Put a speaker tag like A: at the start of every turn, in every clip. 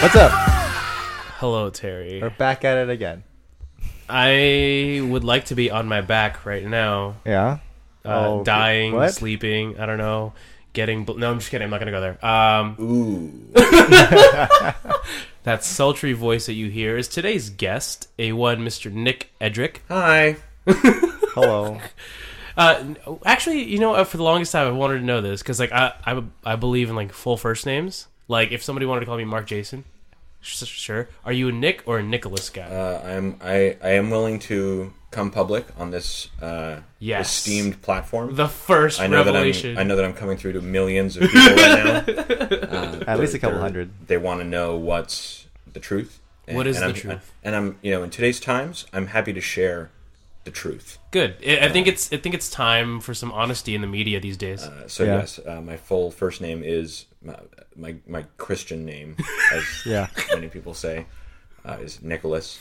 A: What's up?
B: Hello, Terry.
A: We're back at it again.
B: I would like to be on my back right now,
A: Yeah.
B: uh,
A: Oh,
B: dying,
A: what?
B: sleeping. I don't know, getting. Bl- no, I'm just kidding. I'm not gonna go there. Um, that sultry voice that you hear is today's guest, a one Mr. Nick Edrick.
C: Hi.
A: Hello.
B: Uh, n- actually, you know, what, for the longest time, I wanted to know this because, like, I, I I believe in like full first names. Like, if somebody wanted to call me Mark Jason, sh- sure. Are you a Nick or a Nicholas guy?
C: Uh, I'm I, I am willing to come public on this uh,
B: Yes.
C: esteemed platform.
B: the first
C: I know
B: revelation.
C: that I'm I know that I'm coming through to millions of people right now.
A: At least a couple
C: They're-
A: hundred.
C: They want to know what's the truth. And,
B: What is
C: and
B: the
C: I'm,
B: truth?
C: and I'm you know in today's times I'm happy to share the truth.
B: Good. I I think it's I think it's time for some honesty in the media these days.
C: Uh, so
A: Yeah.
C: yes, uh, my full first name is my my, my Christian name, as
A: Yeah.
C: many people say, uh, is Nicholas.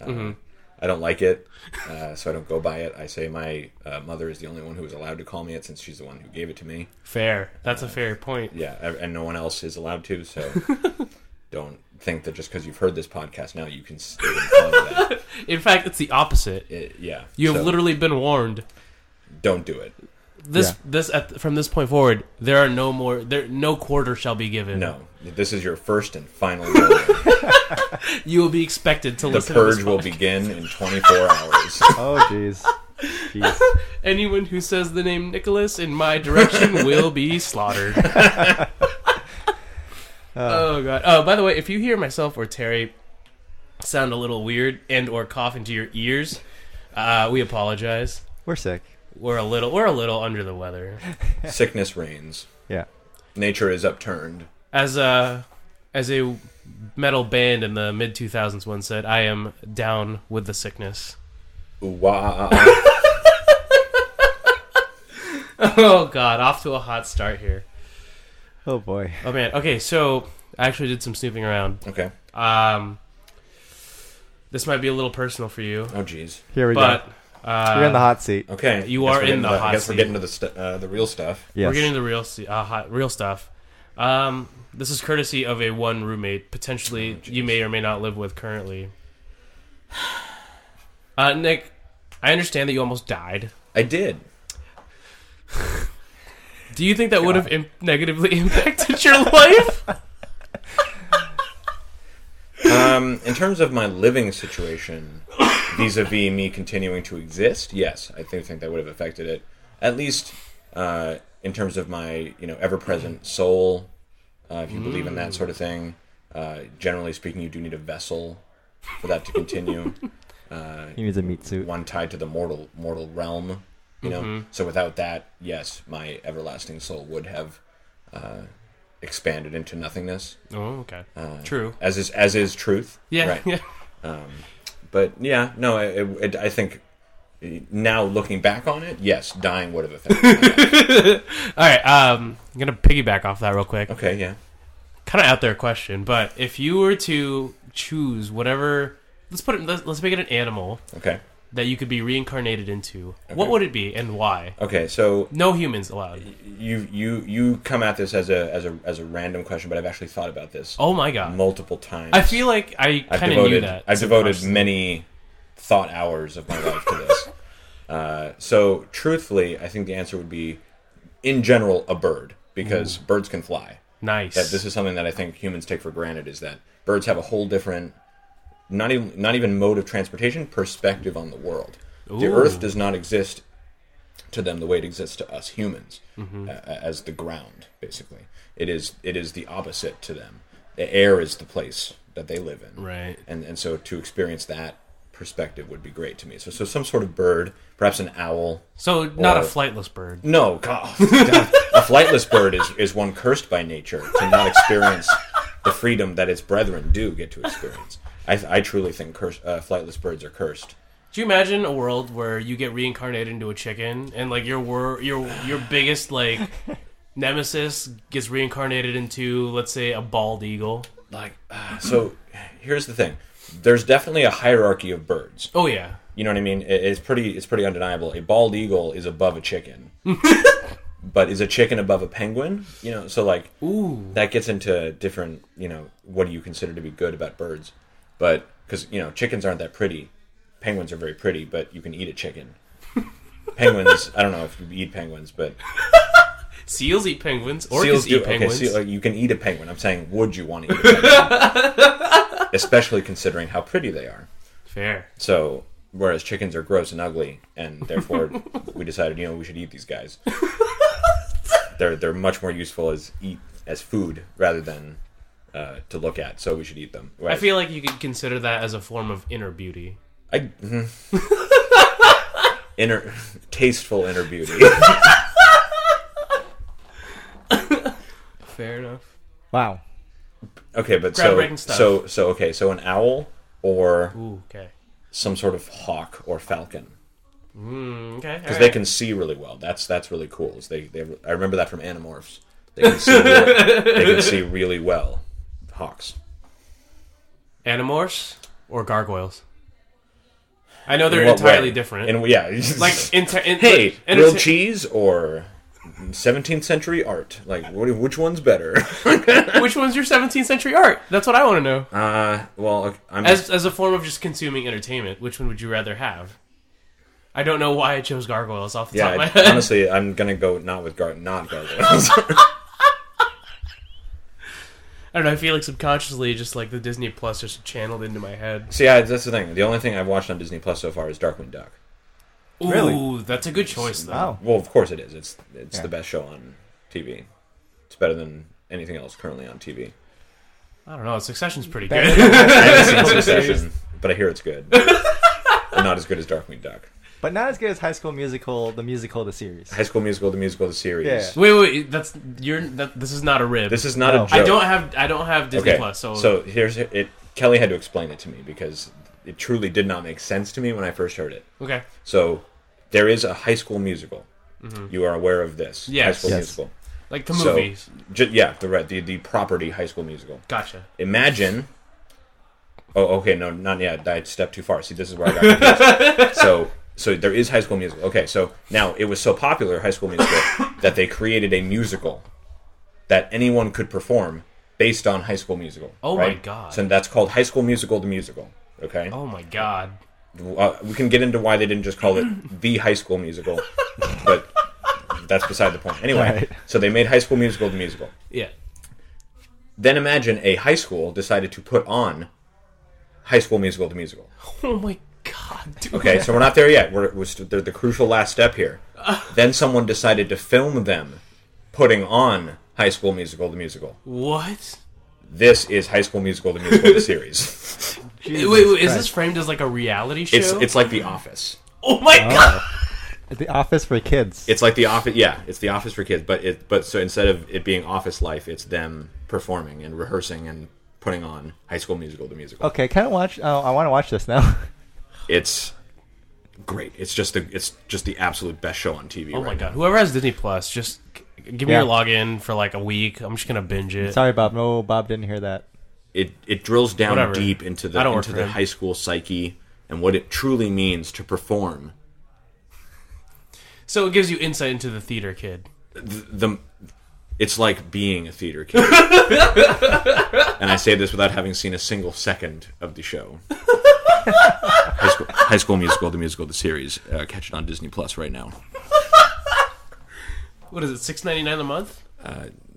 C: Uh,
B: Mm-hmm.
C: I don't like it, uh, so I don't go by it. I say my uh, mother is the only one who is allowed to call me it, since she's the one who gave it to me.
B: fair. That's a fair point.
C: Yeah, a- and no one else is allowed to. So don't think that just because you've heard this podcast now, you can. s- you can call me that.
B: In fact, it's the opposite.
C: It- yeah,
B: You have
C: so
B: literally been warned.
C: don't do it.
B: This
A: Yeah.
B: this at, from this point forward, there are no more. There no quarter shall be given.
C: No, this is your first and final. warning.
B: you will be expected to
C: the
B: listen. to
C: purge
B: this
C: will
B: podcast.
C: begin in 24 hours.
A: Oh, jeez. Jeez.
B: Anyone who says the name Nicholas in my direction will be slaughtered. oh god. Oh, by the way, if you hear myself or Terry sound a little weird and or cough into your ears, uh, we apologize.
A: We're sick.
B: We're a little we're a little under the weather.
C: Sickness reigns.
A: Yeah.
C: Nature is upturned.
B: As a as a metal band in the mid 2000s once said, I am down with the sickness.
C: Ooh, wah.
B: Oh god, off to a hot start here.
A: Oh boy.
B: Oh man. Okay, so I actually did some snooping around.
C: Okay.
B: Um this might be a little personal for you,
C: Oh, jeez.
A: Here we
B: but
A: go.
B: uh,
A: You're in the hot seat.
C: Okay.
B: You
C: Guess
B: are
C: we're getting
B: in the
C: to
B: hot
C: I guess
B: seat.
C: we're getting to the st- uh, the real stuff.
A: Yes.
B: We're getting the real se- uh, hot, real stuff. Um, this is courtesy of a one roommate, potentially you may or may not live with currently. Uh, Nick, I understand that you almost died.
C: I did.
B: Do you think that would have Im- negatively impacted your life?
C: Um, in terms of my living situation, vis-a-vis me continuing to exist, yes, I think think that would have affected it. At least uh, in terms of my you know ever-present soul, uh, if you believe in that sort of thing. Uh, generally speaking, you do need a vessel for that to continue.
A: He needs a meat suit.
C: one tied to the mortal mortal realm you know
B: Mm-hmm.
C: so without that yes my everlasting soul would have uh, expanded into nothingness
B: Oh, okay. True.
C: as is as is truth
B: Yeah,
C: Uh, right
B: yeah.
C: but yeah no it, it, i think eh, now looking back on it yes dying would have affected me.
B: All right. Um, I'm gonna piggyback off that real quick.
C: okay yeah
B: Kind of out there question, but if you were to choose whatever, let's put it. Let's, let's make it an animal
C: okay
B: that you could be reincarnated into. What
C: Okay.
B: would it be and why?
C: okay so
B: No humans allowed.
C: you you you come at this as a as a as a random question but i've actually thought about this
B: Oh my god.
C: multiple times
B: I feel like I
C: I've
B: kind of
C: devoted
B: knew that.
C: I've devoted
B: subconsciously.
C: many thought hours of my life to this. uh, so truthfully, I think the answer would be, in general, a bird because birds can fly.
B: Nice.
C: That this is something that I think humans take for granted is that birds have a whole different, not even not even mode of transportation, perspective on the world. The
B: Ooh.
C: Earth does not exist to them the way it exists to us humans,
B: Mm-hmm.
C: a- a- as the ground. Basically, it is it is the opposite to them. The air is the place that they live in
B: right.
C: and and so to experience that perspective would be great to me. So so some sort of bird, perhaps an owl.
B: So not a
C: Or-
B: flightless bird.
C: No, God, God. a flightless bird is is one cursed by nature to not experience the freedom that its brethren do get to experience. I, I truly think curse, uh, flightless birds are cursed.
B: Do you imagine a world where you get reincarnated into a chicken and like your wor- your your biggest like nemesis gets reincarnated into let's say a bald eagle?
C: Like uh, so, here's the thing. There's definitely a hierarchy of birds.
B: Oh yeah.
C: You know what I mean? It, it's pretty. It's pretty undeniable. A bald eagle is above a chicken. but is a chicken above a penguin? You know, so like
B: Ooh.
C: that gets into different, you know, what do you consider to be good about birds? But because you know, chickens aren't that pretty. Penguins are very pretty, but you can eat a chicken. penguins, I don't know if you eat penguins, but
B: Seals eat penguins. Orcas
C: seals
B: eat
C: do.
B: penguins.
C: Okay, seal, you can eat a penguin. I'm saying, would you want to eat a penguin? Especially considering how pretty they are.
B: Fair.
C: So, whereas chickens are gross and ugly, and therefore we decided, you know, we should eat these guys. they're they're much more useful as eat as food rather than uh, to look at. So we should eat them.
B: I feel like you could consider that as a form of inner beauty.
C: I, mhm. inner tasteful inner beauty.
B: Fair enough.
A: Wow.
C: okay, but so
B: Groundbreaking stuff.
C: so so okay, so an owl or
B: Ooh, okay.
C: some sort of hawk or falcon.
B: Mm, okay.
C: because they can see really well. That's that's really cool. Is they, they I remember that from Animorphs. They can see really, they can see really well. Hawks.
B: Animorphs or gargoyles? I know they're
C: In what
B: entirely
C: way?
B: different.
C: And yeah,
B: like, inter- in,
C: hey,
B: and
C: real
B: it's-
C: cheese or 17th century art? Like, what, which one's better?
B: which one's your 17th century art? That's what I want to know.
C: Uh, well, okay, I'm
B: As as a form of just consuming entertainment, which one would you rather have? I don't know why I chose gargoyles off the top of my
C: yeah. I,
B: head.
C: honestly, I'm gonna go not with gar not gargoyles.
B: I don't know. I feel like subconsciously, just like the Disney Plus, just channeled into my head.
C: see, I, that's the thing. The only thing I've watched on Disney Plus so far is Darkwing Duck.
B: Ooh,
A: Really?
B: that's a good choice though.
A: Wow.
C: Well, of course it is. It's it's
A: Yeah.
C: the best show on TV. It's better than anything else currently on TV.
B: I don't know. Succession's pretty
A: Better
B: good.
C: I haven't seen Succession, but I hear it's good. And not as good as Darkwing Duck.
A: But not as good as High School Musical, the musical, the series.
C: High School Musical, the musical, the series.
A: Yeah.
B: wait, wait. That's you're. That, this is not a rib.
C: This is not
A: No.
C: a joke.
B: I don't have. I don't have Disney Plus. So,
C: here's it. Kelly had to explain it to me because it truly did not make sense to me when I first heard it.
B: okay.
C: So there is a High School Musical. You are aware of this?
B: Mm-hmm. Yes.
C: High School
A: Yes.
C: Musical.
B: Like the
C: So-
B: movies.
C: Ju- yeah, the right, the the property High School Musical.
B: Gotcha.
C: imagine oh okay no not yet i stepped too far see this is where i got confused so so there is high school musical okay so now it was so popular high school musical that they created a musical that anyone could perform based on high school musical
B: Oh my
C: right?
B: God.
C: so that's called high school musical the musical okay
B: Oh my god.
C: uh, we can get into why they didn't just call it the high school musical but that's beside the point anyway
A: Right.
C: so they made high school musical the musical
B: Yeah.
C: then imagine a high school decided to put on High School Musical the musical.
B: Oh my god. Dude.
C: Okay, so we're not there yet. We're, we're st- they're the crucial last step here. Then someone decided to film them putting on High School Musical the musical.
B: What?
C: This is High School Musical the musical the series.
B: Wait, wait, is this framed as like a reality show?
C: It's it's like The Office.
B: oh my god.
A: The Office for Kids.
C: It's like The Office. Yeah, it's The Office for kids. But it but so instead of it being office life, it's them performing and rehearsing and putting on High School Musical the musical.
A: okay, kind of watch. Oh, I want to watch this now.
C: It's great. It's just the it's just the absolute best show on TV.
B: Oh my god. Whoever has Disney Plus, just g- give me
A: Yeah.
B: your login for like a week. I'm just gonna binge it.
A: Sorry, Bob. No, Bob didn't hear that.
C: it it drills down
B: Whatever.
C: deep into the
B: I don't work
C: into
B: for
C: the
B: him.
C: high school psyche and what it truly means to perform
B: So it gives you insight into the theater kid.
C: the it's like being a theater kid and i say this without having seen a single second of the show high, school, high school musical the musical the series uh, catch it on disney plus right now
B: What is it? Six ninety nine a month?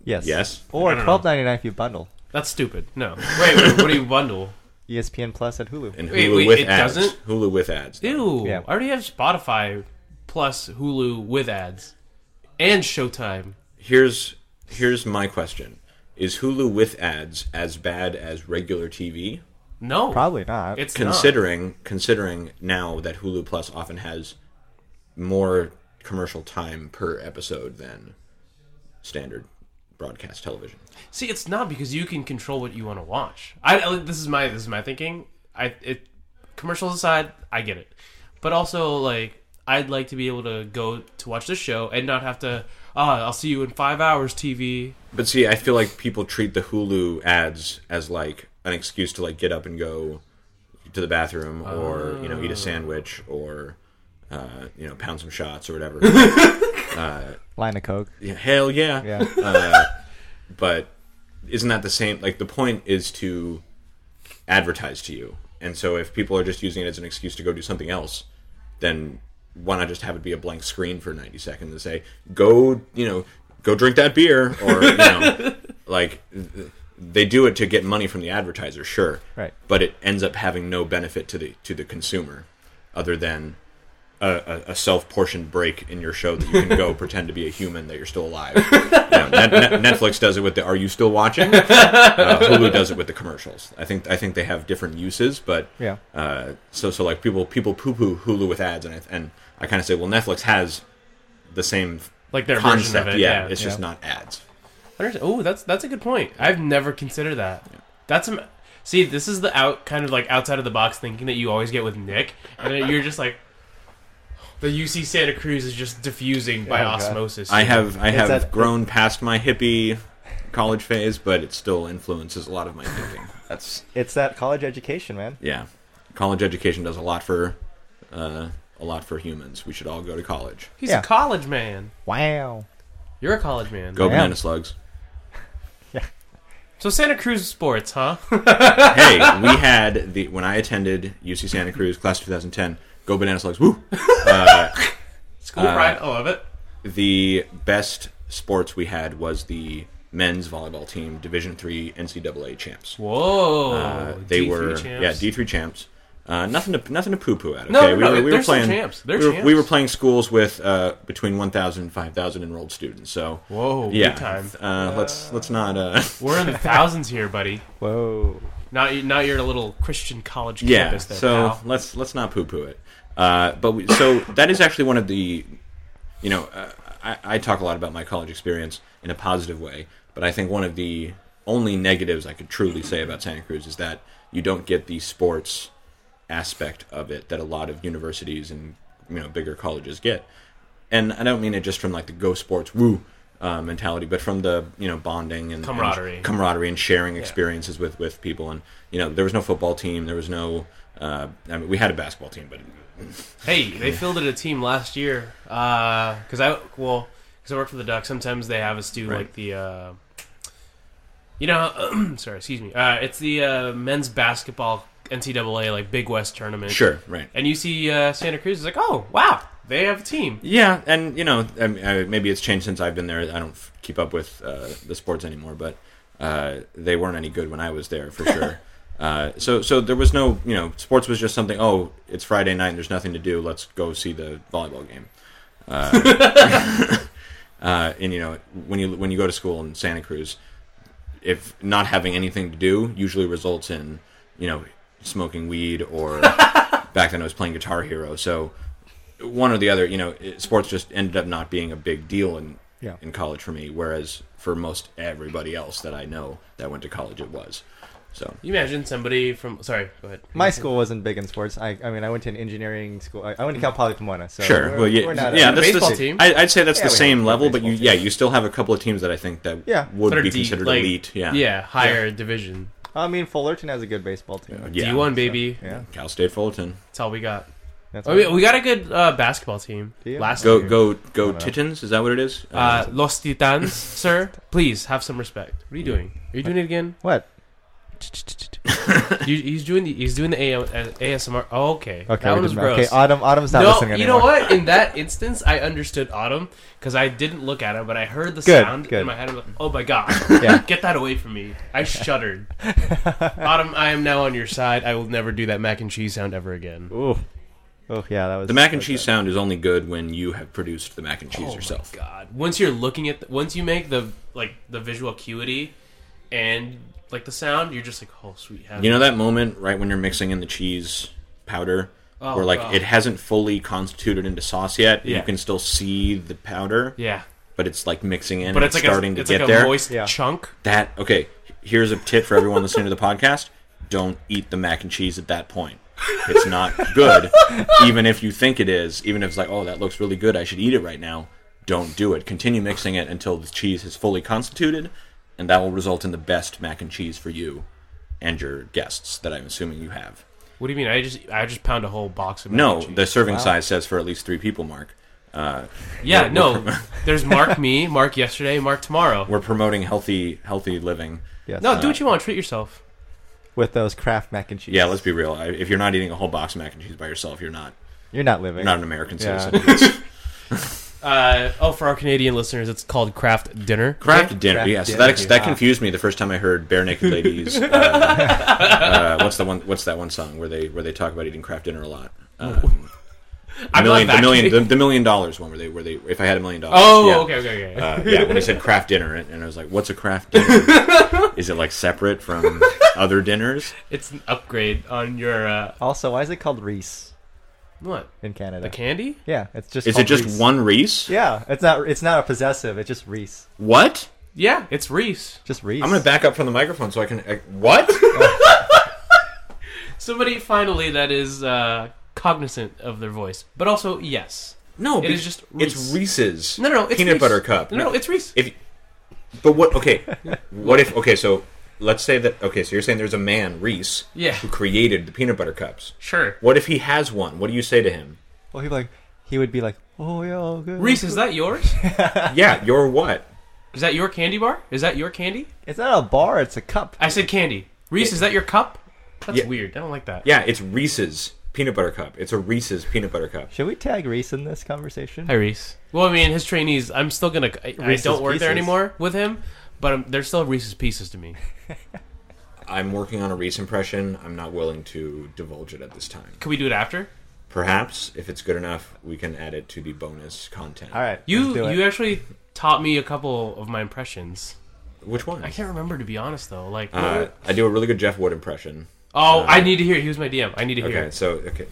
A: Yes.
C: Yes.
A: Or
B: I don't know.
A: twelve ninety nine if you bundle E
B: That's stupid. No. Wait, wait what do you bundle?
A: ESPN Plus at Hulu.
C: and hulu
B: Wait, wait,
C: with
B: it
C: ads
B: doesn't?
C: hulu with ads
B: Ew.
A: Yeah.
B: I already have Spotify plus Hulu with ads. And Showtime.
C: here's here's my question is hulu with ads as bad as regular tv
B: No.
A: Probably not.
B: It's not.
C: considering considering now that Hulu Plus often has more commercial time per episode than standard broadcast television.
B: See, it's not because you can control what you want to watch. I I- this is my this is my thinking. I it commercials aside, I get it, but also like I'd like to be able to go to watch this show and not have to. Ah, I'll see you in five hours, TV.
C: But see, I feel like people treat the Hulu ads as like an excuse to like get up and go to the bathroom or you know eat a sandwich or uh, you know pound some shots or whatever.
A: Line of coke.
C: Yeah, hell yeah. Uh,
A: Yeah.
C: But isn't that the same? Like the point is to advertise to you, and so if people are just using it as an excuse to go do something else, then why not just have it be a blank screen for ninety seconds and say, "Go, you know, go drink that beer," or you know, like th- they do it to get money from the advertiser, sure,
A: Right.
C: But it ends up having no benefit to the to the consumer, other than a, a, a self-portioned break in your show that you can go pretend to be a human that you're still alive. You know, Net, Net, Netflix does it with the "Are you still watching?" Uh, Hulu does it with the commercials. I think I think they have different uses, but
A: Yeah.
C: Uh, so so like people people poo-poo Hulu with ads, and I, and I kind of say, well, Netflix has the same
B: Like their version of
C: concept.
B: it, yeah.
C: it's just
A: Yeah.
C: not ads.
B: Oh, that's that's a good point. I've never considered that. That's am- see, this is the out kind of like outside of the box thinking that you always get with Nick, and then you're just like, the UC Santa Cruz is just diffusing by
A: Oh, God.
B: osmosis.
C: I have I have
A: that-
C: grown past my hippie college phase, but it still influences a lot of my thinking. That's
A: It's that college education, man.
C: yeah. College education does a lot for uh, a lot for humans. We should all go to college.
B: He's
A: Yeah.
B: a college man.
A: Wow.
B: You're a college man.
C: Go
A: Yeah.
C: banana slugs.
B: So Santa Cruz sports, huh?
C: Hey, we had the when I attended UC Santa Cruz class of 2010. Go banana slugs. Woo! Uh,
B: School pride. I love it.
C: The best sports we had was the men's volleyball team, Division three NCAA champs.
B: Whoa.
C: Uh, they
B: D3
C: were
B: champs.
C: yeah D three champs. Uh, nothing to nothing to poo poo at. Okay,
B: No, no,
C: we
B: no,
C: were, we
B: they're
C: were
B: still
C: playing
B: champs. They're
C: we were,
B: champs.
C: we were playing schools with uh, between 1,000 and 5,000 enrolled students. So
B: Whoa.
C: yeah,
B: Big time.
C: Uh, let's let's not uh,
B: We're in the thousands here, buddy.
A: Whoa.
B: Not not your little Christian college
C: yeah.
B: campus there,
C: So
B: pal.
C: let's let's not poo poo it. Uh, but we, so that is actually one of the you know, uh, I, I talk a lot about my college experience in a positive way, but I think one of the only negatives I could truly say about Santa Cruz is that you don't get the sports aspect of it that a lot of universities and you know bigger colleges get. And I don't mean it just from like the go sports woo uh, mentality, but from the you know bonding and
B: Camaraderie.
C: and camaraderie and sharing experiences with with people. And you know there was no football team, there was no. Uh, I mean, we had a basketball team, but
B: Hey, they fielded a team last year. Because I well, because I work for the Ducks. Sometimes they have us do
C: Right.
B: like the, uh, you know, sorry, excuse me. Uh, it's the uh, men's basketball NCAA like Big West tournament.
C: sure, right.
B: And you see uh, Santa Cruz is like, oh wow, they have a team.
C: Yeah, and you know, I mean, I- maybe it's changed since I've been there. I don't f- keep up with uh, the sports anymore, but uh, they weren't any good when I was there for sure. uh, so, so there was no, you know, sports was just something. Oh, it's Friday night and there's nothing to do. Let's go see the volleyball game. Uh, uh, and you know, when you when you go to school in Santa Cruz, if not having anything to do usually results in you know smoking weed or back then I was playing Guitar Hero. So one or the other, you know, it- sports just ended up not being a big deal in
A: Yeah.
C: in college for me. Whereas for most everybody else that I know that went to college, it was. So
B: You imagine somebody from sorry, go ahead.
A: My school wasn't big in sports. I, I mean, I went to an engineering school. I, I went to Cal Poly Pomona. So
C: sure,
A: We're,
C: well, yeah,
A: we're not
C: yeah,
A: a-
C: that's
B: baseball
C: the,
B: team.
C: same- I, I'd say that's
A: Yeah,
C: the
A: we
C: same
A: have a
C: level, but you,
A: baseball
C: yeah, you still have a couple of teams that I think that
A: Yeah.
C: would
B: That are
C: be
B: deep,
C: considered
B: like-
C: elite. Yeah,
B: yeah, higher division.
A: I mean, Fullerton has a good baseball team.
C: Yeah.
B: D one baby.
A: Yeah.
C: Cal State Fullerton.
B: That's all we got.
A: That's
B: Oh, we, we got a good uh, basketball team.
A: Do you?
B: Last
C: Go
B: year.
C: go go Titans. Is that what it is?
B: Uh, Los Titans, sir, please have some respect. What are you doing? Are you doing it again?
A: What?
B: You, he's doing the he's doing the AM, uh, ASMR. Oh, okay,
A: Okay,
B: that
A: we
B: one was
A: didn't-
B: gross.
A: okay. Autumn, Autumn's not
B: no,
A: listening
B: you
A: anymore.
B: know what? In that instance, I understood Autumn because I didn't look at him, but I heard the
A: Good,
B: sound
A: good.
B: in my head. I'm like, oh my god,
A: Yeah.
B: get that away from me! I shuddered. Autumn, I am now on your side. I will never do that mac and cheese sound ever again.
A: Ooh. Oh yeah, that was
C: the mac and cheese sound is only good when you have produced the mac and cheese yourself.
B: Oh God, once you're looking at the, once you make the like the visual acuity and like the sound, you're just like, oh sweet heaven.
C: You know that moment right when you're mixing in the cheese powder,
B: Oh,
C: where like
B: God.
C: it hasn't fully constituted into sauce yet.
B: Yeah.
C: You can still see the powder,
B: yeah,
C: but it's like mixing in.
B: but
C: and
B: it's like
C: starting
B: a,
C: to
B: it's
C: get
B: like a
C: there.
B: moist
A: Yeah.
B: chunk.
C: That okay. Here's a tip for everyone listening to the podcast: Don't eat the mac and cheese at that point. It's not good, even if you think it is. Even if it's like, oh, that looks really good, I should eat it right now. Don't do it. Continue mixing it until the cheese is fully constituted, and that will result in the best mac and cheese for you and your guests that I'm assuming you have.
B: What do you mean? I just I just pound a whole box of mac
C: No,
B: and cheese.
C: the serving size says for at least three people, Mark.
B: Yeah, no. There's Mark me, Mark yesterday, Mark tomorrow.
C: We're uh, promoting healthy healthy living.
A: Yes.
B: No, do what you want. Treat yourself.
A: With those Kraft mac and cheese.
C: Yeah, let's be real. I, if you're not eating a whole box of mac and cheese by yourself, you're not
A: You're not living.
C: you're not an American
A: Yeah.
C: citizen. It's
B: Uh, oh, for our Canadian listeners, it's called craft dinner.
C: Craft dinner. Ah.
A: Craft
C: yeah, so
A: dinner,
C: that ex- that
A: yeah.
C: confused me the first time I heard Bare Naked Ladies. Uh, uh, what's the one? What's that one song where they where they talk about eating craft dinner a lot? Um, a
B: I'm not
C: million, the
B: that
C: million, the,
B: Canadian.
C: the million dollars one where they where they if I had a million dollars.
B: Oh,
C: yeah.
B: okay, okay, okay.
C: uh, yeah, when he said craft dinner, and I was like, "What's a craft dinner? Is it like separate from other dinners?"
B: it's an upgrade on your uh,
A: Also, why is it called Reese
B: what?
A: in Canada?
B: The candy?
A: yeah, it's just.
C: Is it
A: called
C: just
A: Reese.
C: one Reese?
A: Yeah, it's not. It's not a possessive. It's just Reese.
C: What?
B: Yeah, it's Reese.
A: Just Reese.
C: I'm gonna back up from the microphone so I can. I, what?
B: Somebody finally that is uh, cognizant of their voice, but also yes.
C: No,
B: It is
C: be-
B: just
C: it's
B: Reese.
C: Reese's.
B: No, no, no it's
C: peanut
B: Reese.
C: butter cup.
B: No, no, it's Reese.
C: if. But what? Okay, what if? Okay, so let's say that. Okay, so you're saying there's a man Reese,
B: Yeah.
C: who created the peanut butter cups.
B: sure.
C: What if he has one? What do you say to him?
A: Well, he'd be like, he would be like, oh yeah, good.
B: Reese, is that yours?
C: Yeah, you're what?
B: Is that your candy bar? Is that your candy?
A: It's not a bar. It's a cup.
B: I said candy. Reese, is that your cup? That's
C: Yeah.
B: weird. I don't like that.
C: Yeah, it's Reese's peanut butter cup. It's a Reese's peanut butter cup.
A: Should we tag Reese in this conversation?
B: Hi, Reese. Well, I mean, his trainees. I'm still gonna. I, I
A: Reese's
B: don't work there
A: Pieces.
B: anymore with him, but um they're still Reese's pieces to me.
C: I'm working on a Reese impression. I'm not willing to divulge it at this time.
B: Can we do it after?
C: Perhaps, if it's good enough, we can add it to the bonus content.
A: All right.
B: You
A: let's do it.
B: you actually taught me a couple of my impressions.
C: Which one?
B: I can't remember to be honest though. Like,
C: Uh, I do a really good Jeff Wood impression.
B: oh, I need to hear. Here's my DM. I need to hear.
C: Okay, so okay,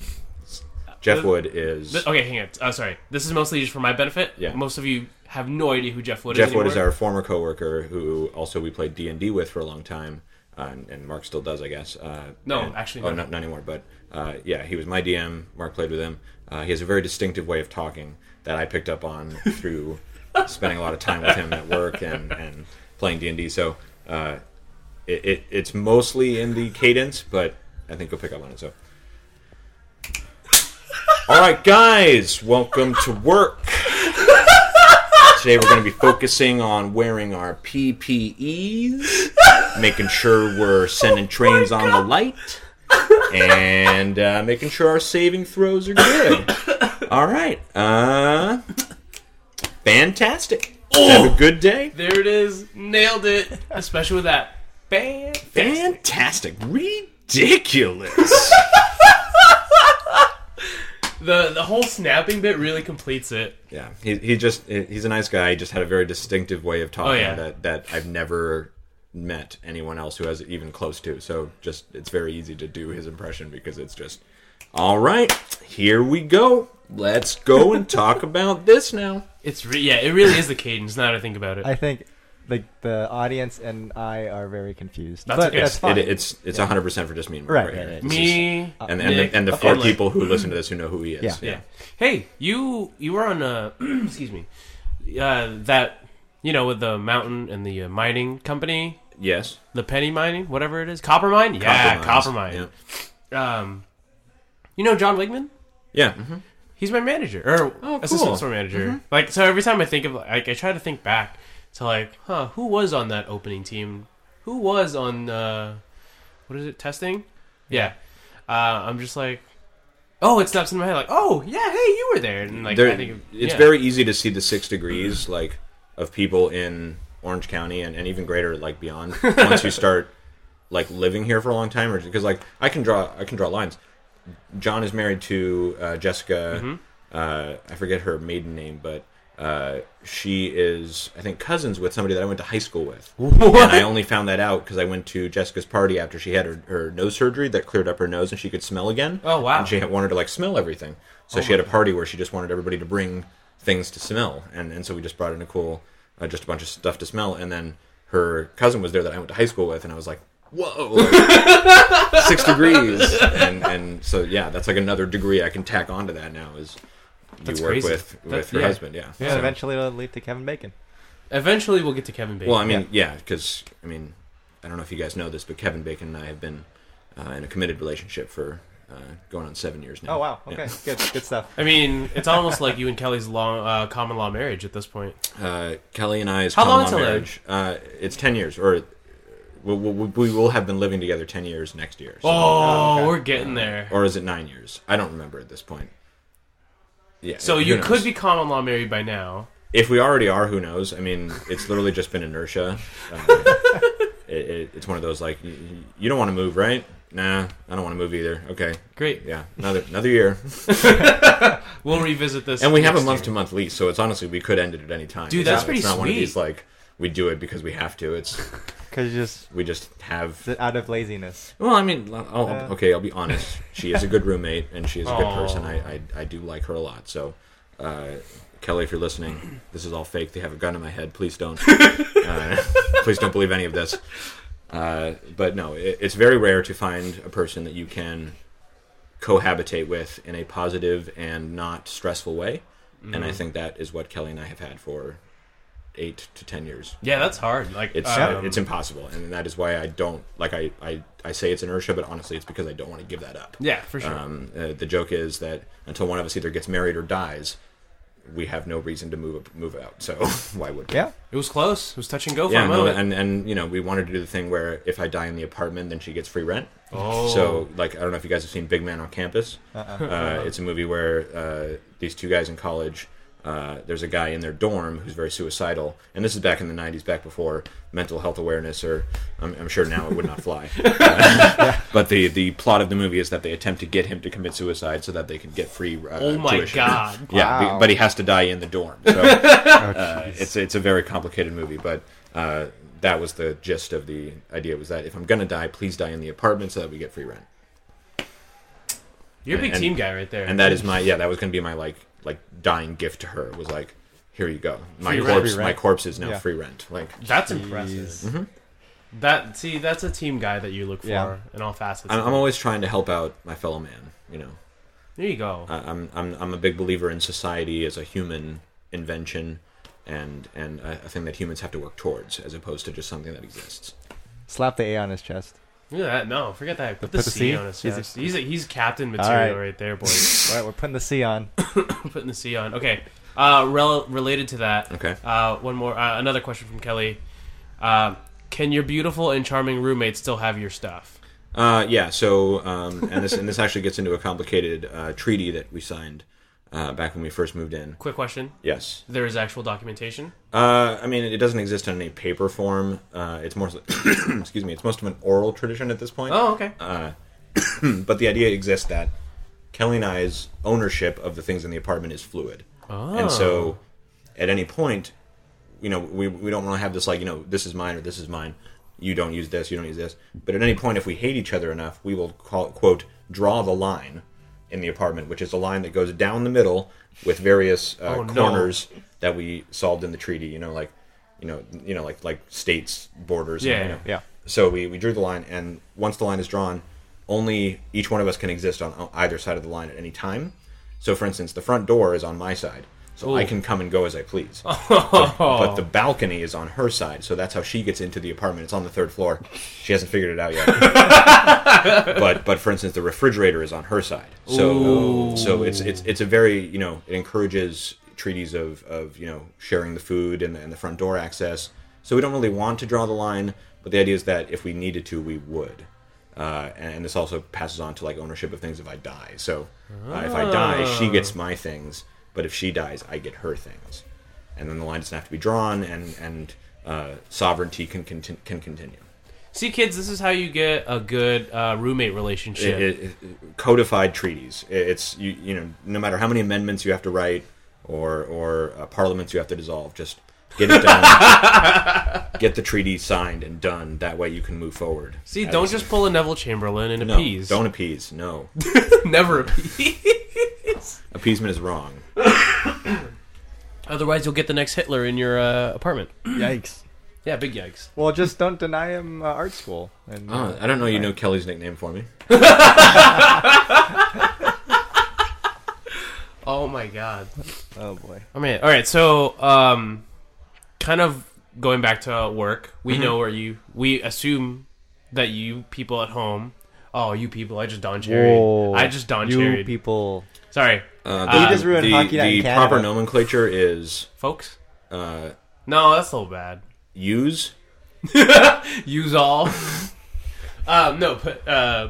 C: Jeff Wood is
B: Th- okay, hang on. Uh, sorry. This is mostly just for my benefit.
C: Yeah.
B: Most of you have no idea who Jeff Wood is.
C: Jeff Wood
B: anymore.
C: is our former coworker who also we played D and D with for a long time, uh, and, and Mark still does, I guess. Uh,
B: No,
C: and-
B: actually,
C: oh,
B: no.
C: not, not anymore. But uh, yeah, he was my DM. Mark played with him. Uh, he has a very distinctive way of talking that I picked up on through spending a lot of time with him at work and, and playing D and D. So uh, it, it it's mostly in the cadence, but I think you'll pick up on it. So. All right, guys, welcome to work. Today we're going to be focusing on wearing our PPEs, making sure we're sending trains on the light, and uh, making sure our saving throws are good. All right, uh, fantastic. Have a good day.
B: There it is. Nailed it. Especially with that. Bam.
C: Fantastic. Ridiculous.
B: The the whole snapping bit really completes it.
C: Yeah, he, he just he's a nice guy. He just had a very distinctive way of talking
B: Oh, yeah.
C: that that I've never met anyone else who has it even close to. So just it's very easy to do his impression because it's just all right. Here we go. Let's go and talk about this now.
B: It's re- yeah. It really is the cadence. Now that I think about it.
A: I think like the audience and I are very confused.
B: That's
A: but
B: okay.
A: that's fine.
C: It, it's it's hundred percent for just me and Mark
A: Right,
C: right,
A: right,
C: here.
A: right.
C: This is-
B: Me uh,
C: and and
B: Nick,
C: the, and the four
B: Lin.
C: people who listen to this who know who he is.
A: Yeah.
B: Yeah. Hey, you you were on uh excuse me, uh that you know with the mountain and the uh, mining company,
C: Yes.
B: the penny mining, whatever it is, copper mine. Yeah, copper mine. Um, you know John Wigman.
C: Yeah. Yeah. hmm
B: He's my manager or
C: Oh, cool.
B: assistant store manager. Like so, every time I think of like I try to think back to like, huh, who was on that opening team? Who was on uh, what is it testing? Yeah, uh, I'm just like, oh, it snaps in my head like, oh yeah, hey, you were there, and like
C: There-
B: I think of-
C: it's
B: yeah.
C: very easy to see the six degrees like of people in Orange County and, and even greater like beyond once you start like living here for a long time or because like I can draw I can draw lines. John is married to uh, Jessica.
B: Mm-hmm.
C: Uh, I forget her maiden name, but uh, she is I think cousins with somebody that I went to high school with. And I only found that out because I went to Jessica's party after she had her, her nose surgery that cleared up her nose and she could smell again.
B: Oh, wow. Oh
C: And she had wanted to like smell everything, so she had a party where she just wanted everybody to bring things to smell, and and so we just brought in a cool, uh, just a bunch of stuff to smell, and then her cousin was there that I went to high school with, and I was like, whoa, like, six degrees, and and so yeah, that's like another degree I can tack onto that now is. You
B: That's
C: work
B: crazy.
C: with with
B: That-
C: her
B: yeah.
C: husband, yeah.
A: And eventually it'll lead to Kevin Bacon.
B: Eventually, we'll get to Kevin Bacon.
C: Well, I mean, yeah, because I mean, I don't know if you guys know this, but Kevin Bacon and I have been uh, in a committed relationship for uh, uh, going on seven years now.
A: Oh wow.
C: Yeah.
A: Okay. Good. Good stuff.
B: I mean, it's almost like you and Kelly's long uh, common law marriage at this point.
C: Uh, Kelly and I is
B: How long
C: common law
B: till
C: marriage. Uh, it's ten years, or we, we, we will have been living together ten years next year. so-
B: Oh,
A: okay.
B: we're getting there.
C: or is it nine years? I don't remember at this point. Yeah.
B: So
C: who
B: you
C: knows?
B: could be common law married by now.
C: if we already are, who knows? I mean, it's literally just been inertia. Uh, it, it, it's one of those like you, you don't want to move, right? Nah, I don't want to move either. Okay,
B: Great.
C: yeah, another another year,
B: We'll revisit this.
C: and we have a
B: next
C: month
B: year.
C: to month lease, so it's honestly we could end it at any time.
B: Dude,
C: It's
B: that's
C: not-
B: pretty
C: It's not one of
B: sweet.
C: these like we do it because we have to. It's
A: Because just
C: we just have.
A: out of laziness.
C: Well, I mean, I'll,
A: Yeah.
C: okay, I'll be honest. She is a good roommate, and she is a good
B: Aw.
C: person. I, I I do like her a lot. So, uh, Kelly, if you're listening, this is all fake. They have a gun in my head. Please don't. uh, please don't believe any of this. Uh, but no, it, it's very rare to find a person that you can cohabitate with in a positive and not stressful way. And I think that is what Kelly and I have had for eight to ten years.
B: Yeah, that's hard. Like
C: It's uh,
B: um,
C: it's impossible, and that is why I don't like I, I I say it's inertia, but honestly, it's because I don't want to give that up.
B: yeah for sure.
C: Um, uh, the joke is that until one of us either gets married or dies, we have no reason to move move out. So why would we?
A: Yeah.
B: it was close. It was touch and go for
C: Yeah,
B: a
C: no,
B: moment.
C: and and you know we wanted to do the thing where if I die in the apartment, then she gets free rent.
B: oh,
C: So like I don't know if you guys have seen Big Man on Campus. Uh, it's a movie where uh, these two guys in college. Uh, there's a guy in their dorm who's very suicidal, and this is back in the '90s, back before mental health awareness, or I'm, I'm sure now it would not fly. but the the plot of the movie is that they attempt to get him to commit suicide so that they can get free. Uh,
B: oh my
C: tuition.
B: god.
C: Yeah,
A: Wow.
C: be- but he has to die in the dorm. So uh,
A: Oh, geez.
C: it's it's a very complicated movie, but uh, that was the gist of the idea was that if I'm gonna die, please die in the apartment so that we get free rent.
B: You're a big
C: and-
B: team guy right there.
C: And that is my yeah, that was gonna be my like like dying gift to her was like, here you go, my
B: Free rent.
C: corpse,
A: Free
C: my
A: rent.
C: corpse is now
A: Yeah.
C: free rent. Like
B: that's impressive.
C: Mm-hmm.
B: That see, that's a team guy that you look for
A: Yeah.
B: in all facets.
C: I'm, I'm always trying to help out my fellow man. You know,
B: there you go.
C: I, I'm I'm I'm a big believer in society as a human invention. And and a a thing that humans have to work towards, as opposed to just something that exists.
A: Slap the A on his chest.
B: Look at that. No, forget that. Put the,
A: Put the
B: C,
A: C?
B: on his
A: He's a-
B: chest. He's a, he's captain
A: right.
B: material right. there, boys.
A: All right, we're putting the C on.
B: I'm putting the C on. Okay. Uh, rel- related to that.
C: Okay.
B: Uh, one more. Uh, another question from Kelly. Uh, can your beautiful and charming roommate still have your stuff?
C: Uh, yeah. So, um, and this and this actually gets into a complicated uh, treaty that we signed uh, back when we first moved in.
B: Quick question.
C: Yes.
B: There is actual documentation.
C: Uh, I mean, it doesn't exist in any paper form. Uh, it's more, excuse me, it's most of an oral tradition at this point.
B: Oh, okay.
C: But the idea exists that Kelly and I's ownership of the things in the apartment is fluid, and
B: Oh.
C: so at any point, you know, we we don't want to have this like you know this is mine or this is mine. You don't use this. You don't use this. But at any point, if we hate each other enough, we will call quote draw the line in the apartment, which is a line that goes down the middle with various uh,
B: Oh, no.
C: corners that we solved in the treaty. You know, like you know, you know, like like states borders.
B: Yeah,
C: and, you know,
A: Yeah.
C: so we, we drew the line, and once the line is drawn, only each one of us can exist on either side of the line at any time. So, for instance, the front door is on my side, so I can come and go as I please. But, but the balcony is on her side, so that's how she gets into the apartment. It's on the third floor. She hasn't figured it out yet. but but for instance, the refrigerator is on her side, so so it's it's it's a very you know it encourages treaties of of you know sharing the food and the, and the front door access. So we don't really want to draw the line, but the idea is that if we needed to, we would. Uh, and, and this also passes on to like ownership of things if I die. So uh, if I die, she gets my things, but if she dies, I get her things. And then the line doesn't have to be drawn, and and uh, sovereignty can conti- can continue.
B: See, kids, this is how you get a good uh, roommate relationship.
C: It- it- it- codified treaties. It- it's you, you know no matter how many amendments you have to write or or uh, parliaments you have to dissolve, just get it done. get the treaty signed and done. That way you can move forward.
B: See,
C: As-
B: don't just pull a Neville Chamberlain and
C: no,
B: appease.
C: don't appease. No,
B: never appease.
C: appeasement is wrong.
B: Otherwise, you'll get the next Hitler in your uh, apartment.
A: Yikes.
B: Yeah, big yikes.
A: Well, just don't deny him uh, art school. And uh,
C: Oh, I don't know. You know Kelly's nickname for me.
B: Oh my god.
A: oh boy.
B: Oh man. All right. So, um, kind of going
C: Mm-hmm.
B: back to work, we know where you. We assume that you people at home Oh, you people! I just Don Cherry.
A: Whoa.
B: I just Don
A: you
B: Cherry.
A: people.
B: Sorry,
C: Uh,
A: You just ruined
C: the,
A: Hockey Night
C: the
A: in Canada.
C: proper nomenclature is
B: folks.
C: uh,
B: No, that's so bad.
C: use.
B: Use all. um, no, but uh,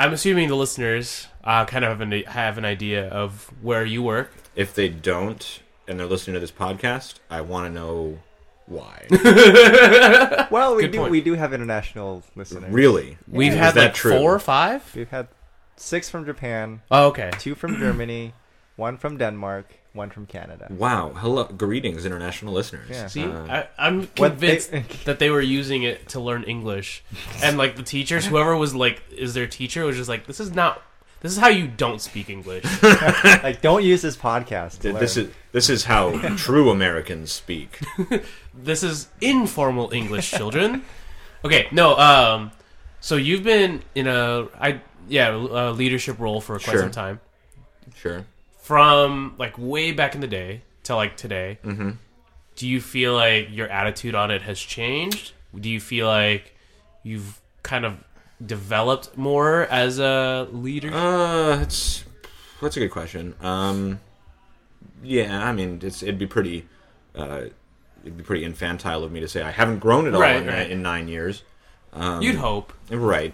B: I'm assuming the listeners uh, kind of have an, have an idea of where you work.
C: If they don't, and they're listening to this podcast, I want to know why.
A: Well, we
B: Good
A: do
B: point.
A: we do have international listeners.
C: really?
B: We've
C: Is
B: had
C: that
B: like
C: true?
B: four or five.
A: We've had six from Japan,
B: Oh, okay.
A: two from Germany, one from Denmark, one from Canada.
C: Wow. Hello. Greetings, international listeners.
A: Yeah.
B: See,
C: Uh,
B: I, I'm
A: What they-
B: convinced that they were using it to learn English, and like the teachers, whoever was like, is their teacher was just like, this is not, this is how you don't speak English.
A: like, don't use this podcast. to
C: th- this
A: learn.
C: is this is how true Americans speak.
B: this is informal English, children. Okay, no, um, so you've been in a, I yeah, a leadership role for quite
C: Sure.
B: some time,
C: Sure.
B: from like way back in the day to like today. Mm-hmm. Do you feel like your attitude on it has changed? Do you feel like you've kind of developed more as a leader?
C: Uh, that's that's a good question. Um, yeah, I mean, it's, it'd be pretty, uh, it'd be pretty infantile of me to say I haven't grown at all
B: Right,
C: in,
B: right.
C: in nine years.
B: You'd hope.
C: Right.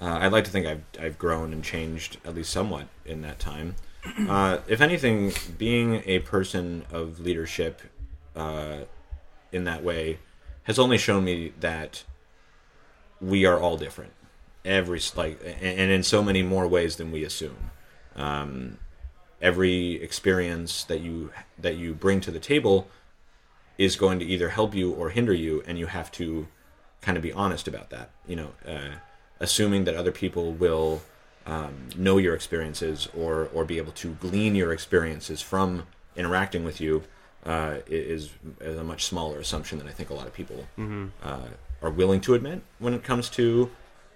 C: Uh, I'd like to think I've I've grown and changed at least somewhat in that time. Uh, if anything, being a person of leadership, uh, in that way, has only shown me that we are all different. Every s- like, a- and in so many more ways than we assume. Um, every experience that you that you bring to the table is going to either help you or hinder you, and you have to kind of be honest about that. You know, uh, assuming that other people will um, know your experiences or or be able to glean your experiences from interacting with you uh, i- is, is a much smaller assumption than I think a lot of people uh, are willing to admit when it comes to